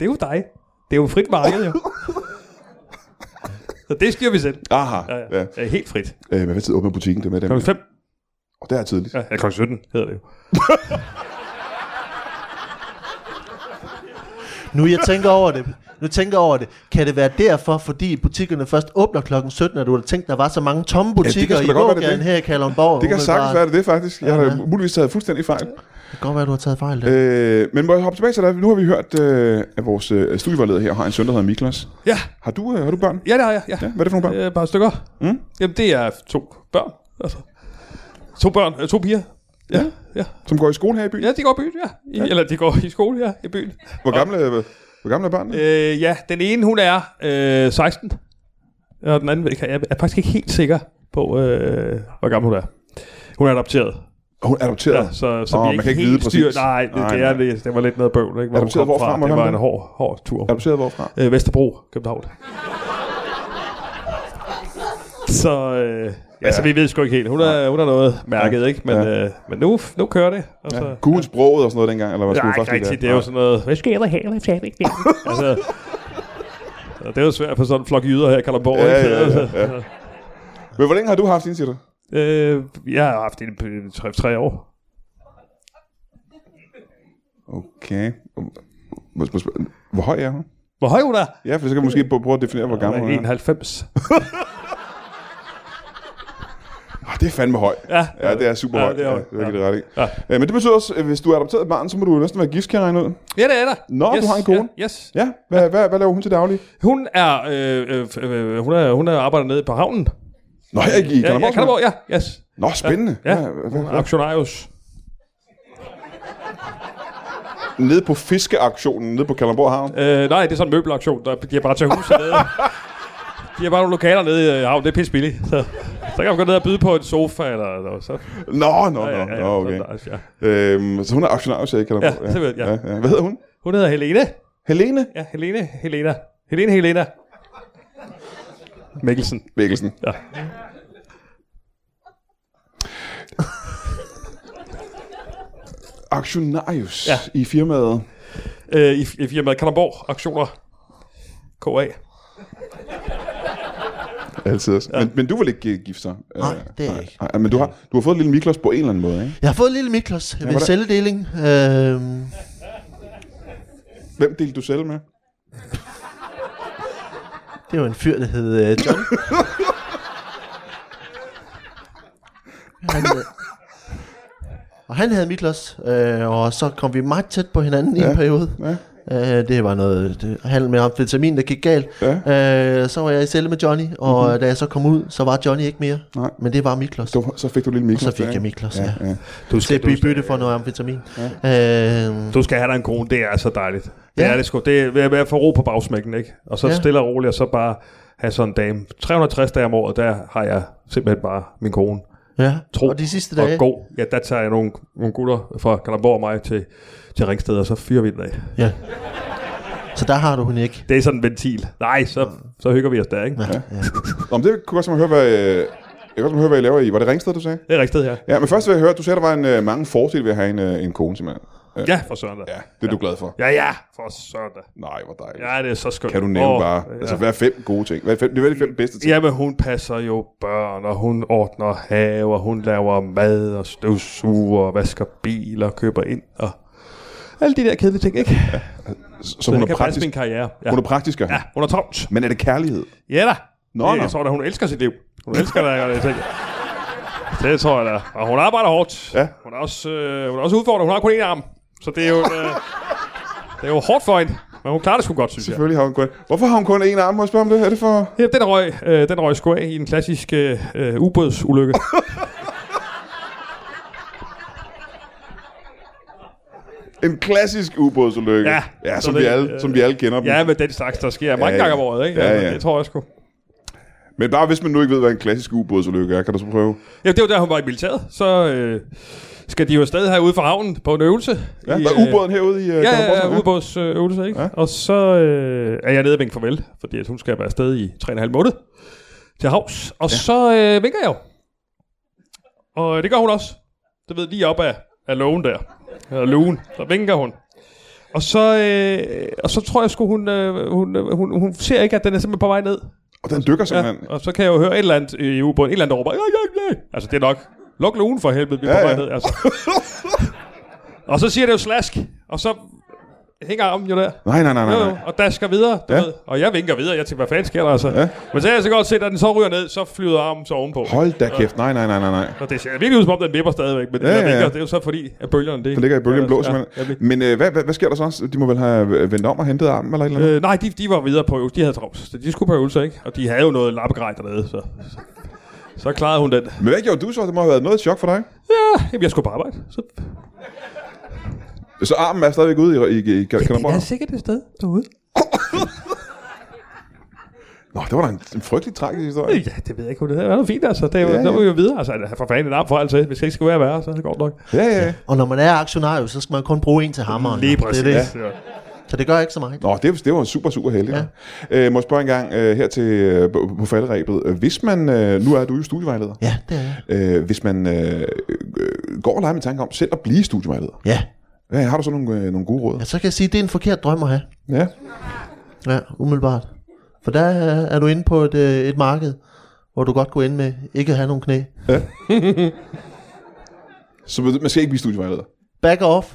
Speaker 2: Det er jo dig. Det er jo frit marked, jo. Så det styrer vi selv.
Speaker 1: Aha,
Speaker 2: Ja,
Speaker 1: ja.
Speaker 2: ja. ja. helt frit.
Speaker 1: Øh, men hvad tid åbner butikken? Det er med dem.
Speaker 2: Klokken 5.
Speaker 1: Og det er tidligt.
Speaker 2: Ja, ja, klokken 17 hedder det jo.
Speaker 3: Nu jeg tænker over det, nu tænker jeg over det, kan det være derfor, fordi butikkerne først åbner klokken 17, at du havde tænkt, der var så mange tomme butikker
Speaker 1: sgu
Speaker 3: ja,
Speaker 1: da
Speaker 3: i
Speaker 1: godt være, det er
Speaker 3: gågaden
Speaker 1: det.
Speaker 3: her i Kalundborg?
Speaker 1: Det kan sagtens være det, er det faktisk. Jeg har da muligvis taget fuldstændig fejl.
Speaker 3: Det kan godt være, du har taget fejl. Øh.
Speaker 1: Øh, men må jeg hoppe tilbage til dig? Nu har vi hørt, øh, at vores øh, studievejleder her har en søn, der hedder Miklas.
Speaker 2: Ja,
Speaker 1: Har du, øh, har du børn?
Speaker 2: ja det har jeg. Ja.
Speaker 1: Ja, hvad er det for nogle børn?
Speaker 2: Øh, bare stykker.
Speaker 1: Mm.
Speaker 2: Jamen, det er to børn. Altså. To børn, øh, to piger. Ja, ja.
Speaker 1: Som går i skole her i byen?
Speaker 2: ja, de går i byen, ja. I, ja. Eller de går i skole, ja, i byen.
Speaker 1: Hvor gamle, øh, hvor gamle er børnene?
Speaker 2: Øh, ja, den ene, hun er øh, 16. Og den anden, jeg er faktisk ikke helt sikker på, øh, hvor gammel hun er. Hun er adopteret.
Speaker 1: Og hun er adopteret.
Speaker 2: Ja, så, så
Speaker 1: Åh,
Speaker 2: vi er
Speaker 1: man
Speaker 2: ikke
Speaker 1: kan ikke
Speaker 2: helt
Speaker 1: vide
Speaker 2: styr.
Speaker 1: præcis.
Speaker 2: Nej, det,
Speaker 1: Nej,
Speaker 2: det,
Speaker 1: nej.
Speaker 2: er, det, det var lidt noget bøvl, ikke? Hvor hun
Speaker 1: Adopteret
Speaker 2: kom
Speaker 1: hvorfra,
Speaker 2: fra.
Speaker 1: må
Speaker 2: Det
Speaker 1: man
Speaker 2: var en
Speaker 1: det?
Speaker 2: hård, hård tur.
Speaker 1: Adopteret hvorfra?
Speaker 2: Øh, Vesterbro, København. Så, øh, ja, så vi ved sgu ikke helt. Hun er, hun er noget mærket, ikke? Men,
Speaker 1: Ja.
Speaker 2: øh, men nu, nu kører det. Og så, ja.
Speaker 1: Kunne hun sproget og sådan noget dengang? Eller var
Speaker 2: Nej,
Speaker 1: skulle hun
Speaker 2: ikke
Speaker 1: først lige
Speaker 2: rigtigt. Det
Speaker 1: der?
Speaker 2: er jo sådan noget... Hvad sker der her? Hvad sker der ikke der? altså, og det er jo svært for sådan en flok jyder her i Kalundborg.
Speaker 1: Ja,
Speaker 2: ikke?
Speaker 1: ja, ja,
Speaker 2: Altså,
Speaker 1: ja. Men hvor længe har du haft din, siger du?
Speaker 2: Øh, jeg har haft det i 3 år.
Speaker 1: Okay. Må- må spørge- Hvor høj er hun?
Speaker 2: Hvor høj hun er?
Speaker 1: Ja, for så kan vi måske prøve at definere, hvor gammel hun
Speaker 2: Hun er
Speaker 1: er.
Speaker 2: 91.
Speaker 1: Ah, det er fandme høj.
Speaker 2: Ja.
Speaker 1: Ja, det er super højt.
Speaker 2: det er
Speaker 1: Ja,
Speaker 2: højt.
Speaker 1: det er det ret i.
Speaker 2: Ja.
Speaker 1: Øh, Men det betyder også, at hvis du er adopteret et barn, så må du næsten være gift, kan jeg regne ud.
Speaker 2: Ja, det er der.
Speaker 1: Nå, du har en kone.
Speaker 2: Ja, yes.
Speaker 1: Ja, hvad, hvad, hvad laver hun til daglig?
Speaker 2: Hun er, øh, øh, øh, hun er, hun er arbejder nede på havnen.
Speaker 1: Nå, jeg er i
Speaker 2: Ja, ja,
Speaker 1: Kalderborg.
Speaker 2: Kalderborg, ja. Yes.
Speaker 1: Nå, spændende.
Speaker 2: Ja,
Speaker 1: Hvad- hvad-
Speaker 2: hun er
Speaker 1: hvad-
Speaker 2: aktionarius.
Speaker 1: Nede på fiskeaktionen, nede på Kalderborg Havn.
Speaker 2: Øh, nej, det er sådan en møbelaktion, der de har bare taget huset nede. De har bare nogle lokaler nede i havnen, det er pisse billigt. Så, så kan man gå ned og byde på en sofa eller, eller så.
Speaker 1: Nå, nå, nå, nå, okay.
Speaker 2: sådan, altså, ja.
Speaker 1: Øhm, så hun er aktionær, så jeg kalder
Speaker 2: Ja, simpelthen, ja.
Speaker 1: ja. Hvad hedder hun?
Speaker 2: Hun hedder Helene.
Speaker 1: Helene
Speaker 2: Ja, Helene, Helena. Helene, Helena. Mikkelsen.
Speaker 1: Mikkelsen.
Speaker 2: Ja.
Speaker 1: Aktionarius ja.
Speaker 2: Ja.
Speaker 1: i firmaet.
Speaker 2: Øh, i, I firmaet Kalderborg Aktioner. KA.
Speaker 1: Altid. Ja. Men, men du vil ikke gi- gifte sig?
Speaker 3: Nej,
Speaker 1: Øh,
Speaker 3: det er jeg ikke.
Speaker 1: Nej, men du har, du har fået lille Miklos på en eller anden måde, ikke?
Speaker 3: Jeg har fået en lille Miklos ved
Speaker 1: hvordan-
Speaker 3: celledeling. Øh,
Speaker 1: Hvem delte du selv med?
Speaker 3: det var en fyr, der hed øh, John. han, øh, og han havde Miklos, øh, og så kom vi meget tæt på hinanden ja. i en periode.
Speaker 1: Ja.
Speaker 3: Øh, det var noget det, handel med amfetamin, der gik galt. Ja. Øh, så var jeg i celle med Johnny, og mm-hmm. da jeg så kom ud, så var Johnny ikke mere.
Speaker 1: Nej.
Speaker 3: Men det var Miklos.
Speaker 1: Så, så fik du lille Miklos.
Speaker 3: Så fik
Speaker 1: der,
Speaker 3: jeg
Speaker 1: ikke?
Speaker 3: Miklos, ja.
Speaker 1: ja.
Speaker 2: Du
Speaker 3: Til at blive bytte for noget amfetamin. Ja. Øh,
Speaker 2: Du skal have dig en kone, det er så dejligt. Det
Speaker 3: Ja.
Speaker 2: ja. er det sgu. Det er ved at være for ro på bagsmækken, ikke? Og så
Speaker 3: Ja.
Speaker 2: ja. stille og roligt, og så bare have sådan en dame. 360 dage om året, der har jeg simpelthen bare min kone.
Speaker 3: ja.
Speaker 2: Tro
Speaker 3: og de sidste dage.
Speaker 2: Og god. Ja, der tager jeg nogle, nogle gutter fra Kalamborg og mig til, til Ringsted, og så fyrer vi den af.
Speaker 3: Ja. Så der har du hun ikke.
Speaker 2: Det er sådan en ventil. Nej, så,
Speaker 1: Mm.
Speaker 2: så hygger vi os der, ikke? Ja.
Speaker 1: Nå, men det kunne jeg godt tænke mig at høre, hvad, øh, jeg kunne godt tænke mig at høre, hvad I laver i. Var det Ringsted, du sagde?
Speaker 2: Det er Ringsted her.
Speaker 1: Ja, men først vil jeg høre, du sagde, der var en, øh, mange fordele ved at have en, øh, en kone, simpelthen. Øh,
Speaker 2: Ja, for søndag.
Speaker 1: ja, det er du glad for.
Speaker 2: Ja, ja, for søndag.
Speaker 1: Nej, hvor dejligt.
Speaker 2: Ja, det er så skønt.
Speaker 1: Kan du nævne
Speaker 2: Åh,
Speaker 1: bare,
Speaker 2: ja.
Speaker 1: altså hvad er fem gode ting? Hvad er fem, det er vel de fem bedste ting?
Speaker 2: Jamen, hun passer jo børn, og hun ordner have, og hun laver mad, og støvsuger, og vasker biler, og køber ind, og alle de der kedelige ting, ikke? Ja,
Speaker 1: Så hun
Speaker 2: jeg
Speaker 1: er
Speaker 2: kan praktisk...
Speaker 1: praktisk,
Speaker 2: min karriere. Ja.
Speaker 1: hun er praktiker.
Speaker 2: ja, hun er travlt.
Speaker 1: Men er det kærlighed?
Speaker 2: Ja da.
Speaker 1: Nå,
Speaker 2: det,
Speaker 1: nå.
Speaker 2: jeg tror da, hun elsker sit liv. Hun elsker da, det, ting. Det tror jeg da. Og hun arbejder hårdt.
Speaker 1: Ja.
Speaker 2: Hun er også, øh, hun er også udfordret. Hun har kun én arm. Så det er jo, øh, det er jo hårdt for hende. Men hun klarer det sgu godt, synes jeg.
Speaker 1: Selvfølgelig har hun kun... Hvorfor har hun kun én arm? Må jeg spørge om det? Er det for...
Speaker 2: Ja, den røg, øh, den røg sgu af i en klassisk øh, øh, ubådsulykke.
Speaker 1: En klassisk ubådsulykke.
Speaker 2: Ja.
Speaker 1: ja som,
Speaker 2: Så
Speaker 1: vi
Speaker 2: det,
Speaker 1: alle,
Speaker 2: øh,
Speaker 1: som vi alle kender dem.
Speaker 2: ja, med den slags, der sker mange
Speaker 1: Ja,
Speaker 2: ja,
Speaker 1: ja.
Speaker 2: gange om året, ikke?
Speaker 1: Ja,
Speaker 2: Altså,
Speaker 1: ja.
Speaker 2: Det tror jeg sgu.
Speaker 1: Men bare hvis man nu ikke ved, hvad en klassisk ubådsulykke er, kan du så prøve?
Speaker 2: Ja, det var der, hun var i militæret. Så øh, skal de jo stadig herude fra havnen på en øvelse.
Speaker 1: Ja,
Speaker 2: I,
Speaker 1: var
Speaker 2: øh,
Speaker 1: ubåden herude i... øh,
Speaker 2: Ja,
Speaker 1: Kalundborg,
Speaker 2: ja,
Speaker 1: så?
Speaker 2: ja, ubådsøvelse, øh, ikke?
Speaker 1: Ja.
Speaker 2: Ja. Og så øh, er jeg nede og vinke farvel, fordi at hun skal være afsted i 3,5 måned til havs. Og ja. så øh, vinker jeg jo. Og øh, det gør hun også. Det ved lige op af, af lågen der. Eller lugen. Så vinker hun. Og så, øh, og så tror jeg sgu, hun, øh, hun, øh, hun, hun ser ikke, at den er simpelthen på vej ned.
Speaker 1: Og den dykker
Speaker 2: Ja,
Speaker 1: simpelthen. Ja.
Speaker 2: og så kan jeg jo høre et eller andet øh, i ubåden, et eller andet der råber, ja, ja, ja. Altså, det er nok. Luk lugen for helvede, vi er
Speaker 1: Ja,
Speaker 2: ja, på
Speaker 1: ja.
Speaker 2: vej ned. Altså. og så siger det jo slask, og så hænger armen jo der.
Speaker 1: Nej, nej, nej, nej.
Speaker 2: Jo, jo,
Speaker 1: nej.
Speaker 2: og dasker videre, du
Speaker 1: Ja.
Speaker 2: ja. ved. Og jeg vinker videre, jeg tænker, hvad fanden sker der altså?
Speaker 1: Ja.
Speaker 2: Ja. Men så kan jeg så godt se, at den så ryger ned, så flyder armen så ovenpå.
Speaker 1: Hold da kæft. Nej, nej, nej, nej, nej.
Speaker 2: Og det ser virkelig ud som om, den vipper stadigvæk, men ja,
Speaker 1: Ja,
Speaker 2: den der
Speaker 1: ja, ja.
Speaker 2: vinker, det er jo så fordi, at bølgerne... Det,
Speaker 1: Den ligger i bølgen blå,
Speaker 2: ja,
Speaker 1: simpelthen. Men øh, hvad, hvad, hvad sker der så? De må vel have øh, vendt om og hentet armen eller et eller andet?
Speaker 2: Øh, nej, de, de var videre på øvelse. De havde travlt. så De skulle på øvelse, ikke? Og de havde jo noget lappegrej dernede, så, så, så klarede hun den.
Speaker 1: Men hvad gjorde du så? Det må have været noget af et chok for dig.
Speaker 2: Ja, jamen, jeg skulle på arbejde. Så,
Speaker 1: Så armen er stadigvæk ude i, i, i, i Kalderborg?
Speaker 2: sikkert et sted derude.
Speaker 1: Nå, det var da en, en frygtelig tragisk historie.
Speaker 2: Øh, Ja, det ved jeg ikke, hvor det er. Det var noget fint, altså. Det, ja,
Speaker 1: Ja,
Speaker 2: ja. Der var jo videre. Altså, for fanden en arm for altid. Hvis det ikke skulle være værre, så er det godt nok.
Speaker 1: Ja, ja, ja.
Speaker 3: Og når man er aktionær, så skal man kun bruge en til hammeren.
Speaker 2: Lige
Speaker 3: jo.
Speaker 2: præcis.
Speaker 3: Det er
Speaker 2: Det, ja.
Speaker 3: det. Så det gør ikke så meget.
Speaker 1: Nå, det, det var super, super heldigt. Ja.
Speaker 3: Ja.
Speaker 1: Øh, må jeg spørge en gang øh, her til, øh, på, på falderæbet. Øh, Hvis man, øh, nu er du jo studievejleder.
Speaker 3: Ja, det er jeg.
Speaker 1: Øh, hvis man øh, øh, går og leger med tanke om selv at blive studievejleder.
Speaker 3: Ja.
Speaker 1: Ja, har du så nogle, øh, nogle gode råd?
Speaker 3: ja, så kan jeg sige, at det er en forkert drøm at have.
Speaker 1: Ja.
Speaker 3: Ja, umiddelbart. For der øh, er du inde på et, øh, et marked, hvor du godt kunne ende med ikke at have nogen knæ.
Speaker 1: Så man man skal ikke blive studievejleder.
Speaker 3: Back off.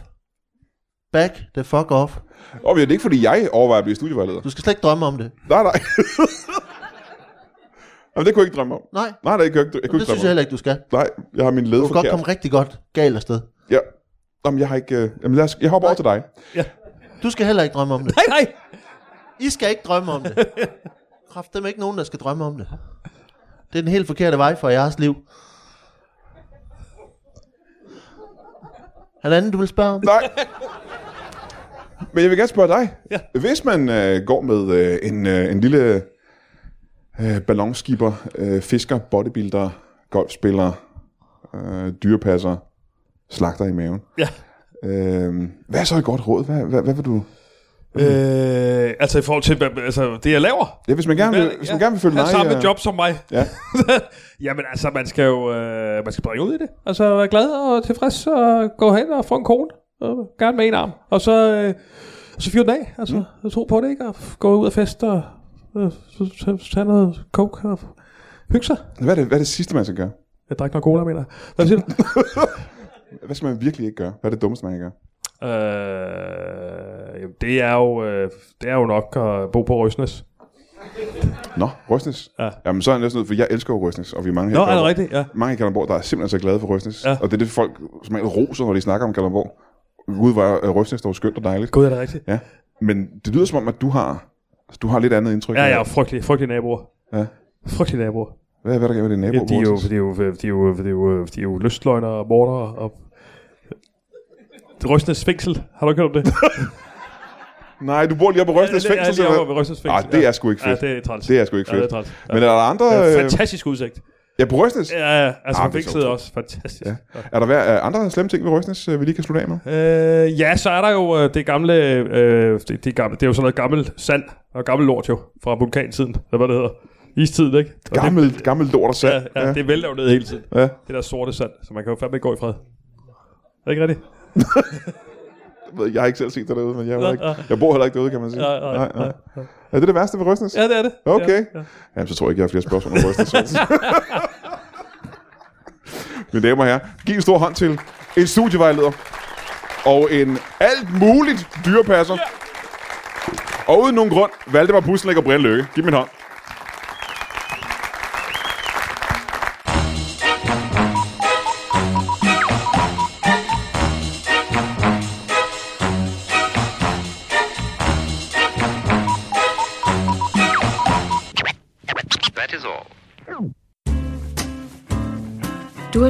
Speaker 3: Back the fuck off.
Speaker 1: Og det er ikke, fordi jeg overvejer at blive studievejleder.
Speaker 3: Du skal slet ikke drømme om det.
Speaker 1: Nej, nej. Jamen, det kunne jeg ikke drømme om.
Speaker 3: Nej,
Speaker 1: Nej, nej, jeg kunne ikke, jeg kunne
Speaker 3: det
Speaker 1: ikke
Speaker 3: synes
Speaker 1: drømme
Speaker 3: jeg
Speaker 1: om.
Speaker 3: heller ikke, du skal.
Speaker 1: Nej, jeg har min led
Speaker 3: Du kan godt
Speaker 1: forkert.
Speaker 3: komme rigtig godt galt afsted.
Speaker 1: Ja. Jamen, jeg har ikke... Øh, jamen, lad os, jeg hopper over til dig.
Speaker 3: Du skal heller ikke drømme om det.
Speaker 2: Nej, nej.
Speaker 3: I skal ikke drømme om det. Kraft, dem er ikke nogen, der skal drømme om det. Det er den helt forkerte vej for jeres liv. Er der andet, du vil spørge om?
Speaker 1: Nej. Men jeg vil gerne spørge dig.
Speaker 2: Ja.
Speaker 1: Hvis man øh, går med øh, en, øh, en lille øh, ballonskipper, øh, fisker, bodybuilder, golfspiller, øh, dyrepasser, slagter i maven.
Speaker 2: Ja.
Speaker 1: Øh, hvad er så et godt råd? Hvad, hvad, hvad vil du...
Speaker 2: Øh, altså i forhold til hvad- altså, det, jeg laver.
Speaker 1: Ja, hvis man gerne vil, hvis man gerne vil følge
Speaker 2: Han
Speaker 1: mig...
Speaker 2: samme
Speaker 1: øh,
Speaker 2: job som mig.
Speaker 1: Ja.
Speaker 2: Jamen altså, man skal jo øh, man skal bringe ud i det. Altså være glad og tilfreds og gå hen og få en kone. Og gerne med en arm. Og så, øh, og så fyre den af. Altså, mm. tro på det, ikke? Og f- gå ud og feste og øh, så- så- så tage noget coke og hygge sig.
Speaker 1: Hvad er, det, hvad er det sidste, man skal gøre?
Speaker 2: Jeg drak noget cola, mener jeg. Hvad siger du?
Speaker 1: Hvad skal man virkelig ikke gøre? Hvad er det dummeste, man kan gøre?
Speaker 2: øh, jamen, det, er jo, øh, det er jo nok at bo på Røsnes.
Speaker 1: Nå, Røsnes.
Speaker 2: Ja.
Speaker 1: Jamen, så er jeg næsten nødt, for jeg elsker jo Røsnes, og vi er mange her.
Speaker 2: Nå,
Speaker 1: i
Speaker 2: er det
Speaker 1: Kalundborg.
Speaker 2: rigtigt? Ja.
Speaker 1: Mange i Kalundborg, der er simpelthen så glade for Røsnes.
Speaker 2: Ja.
Speaker 1: Og det er det folk, som er roser, når de snakker om Kalundborg. Gud, hvor er øh, Røsnes dog skønt og dejligt.
Speaker 2: Gud, er det rigtigt?
Speaker 1: Ja. Men det lyder som om, at du har, du har lidt andet indtryk.
Speaker 2: Ja,
Speaker 1: af-
Speaker 2: ja, frygtelige, frygtelige naboer.
Speaker 1: Ja. altså.
Speaker 2: Frygtelige naboer.
Speaker 1: Hvad, hvad er der gør med din nabo?
Speaker 2: Ja, de er jo,
Speaker 1: Røsnæs?
Speaker 2: de er jo, de er jo, de er jo, de er jo lystløgner og morder og... Det Røsnes fængsel. Har du ikke hørt om det?
Speaker 1: Nej, du bor lige oppe på Røsnes
Speaker 2: Ja, det er
Speaker 1: fængsel.
Speaker 2: lige
Speaker 1: simpelthen.
Speaker 2: oppe ved Røsnes fængsel,
Speaker 1: Ej, det er sgu ikke fedt.
Speaker 2: Ja, det er træls.
Speaker 1: Det er sgu ikke
Speaker 2: Ja, det
Speaker 1: fedt.
Speaker 2: er træls. Ja.
Speaker 1: Men er der andre...
Speaker 2: Det er en
Speaker 1: øh,
Speaker 2: fantastisk udsigt.
Speaker 1: Ja, på Røsnes?
Speaker 2: Ja, ja, altså
Speaker 1: Ah,
Speaker 2: ah,
Speaker 1: det er
Speaker 2: fængslet
Speaker 1: sjovt.
Speaker 2: er også fantastisk.
Speaker 1: Ja.
Speaker 2: Ja.
Speaker 1: Er der hver, øh, andre slemme ting ved Røsnes, øh, vi lige kan slutte af med?
Speaker 2: Øh, ja, så er der jo øh, det gamle, øh, det, det, gamle, det er jo sådan noget gammelt sand og gammel lort jo, fra vulkantiden, eller hvad det hedder. Istiden, ikke? Og
Speaker 1: Gammel, gammel lort og
Speaker 2: Det,
Speaker 1: sand.
Speaker 2: ja, ja, det vælter jo ned hele tiden.
Speaker 1: ja.
Speaker 2: Det der sorte sand, så man kan jo fandme ikke gå i fred. Er det ikke rigtigt?
Speaker 1: Jeg ved ikke, Jeg har ikke selv set det derude, men jeg, er jo
Speaker 2: Nej,
Speaker 1: ikke,
Speaker 2: nej.
Speaker 1: jeg bor heller ikke derude, kan man sige.
Speaker 2: Nej, nej, nej,
Speaker 1: Er det det værste ved Røsnes?
Speaker 2: Ja, det er det.
Speaker 1: Okay.
Speaker 2: Ja, ja.
Speaker 1: Jamen, så tror jeg ikke, jeg har flere spørgsmål om Røsnes. Mine damer og herrer, giv en stor hånd til en studievejleder og en alt muligt dyrepasser. Og uden nogen grund, Valdemar Puslæk og Brian Lykke. Giv dem en hånd.
Speaker 6: That is all.
Speaker 7: Du har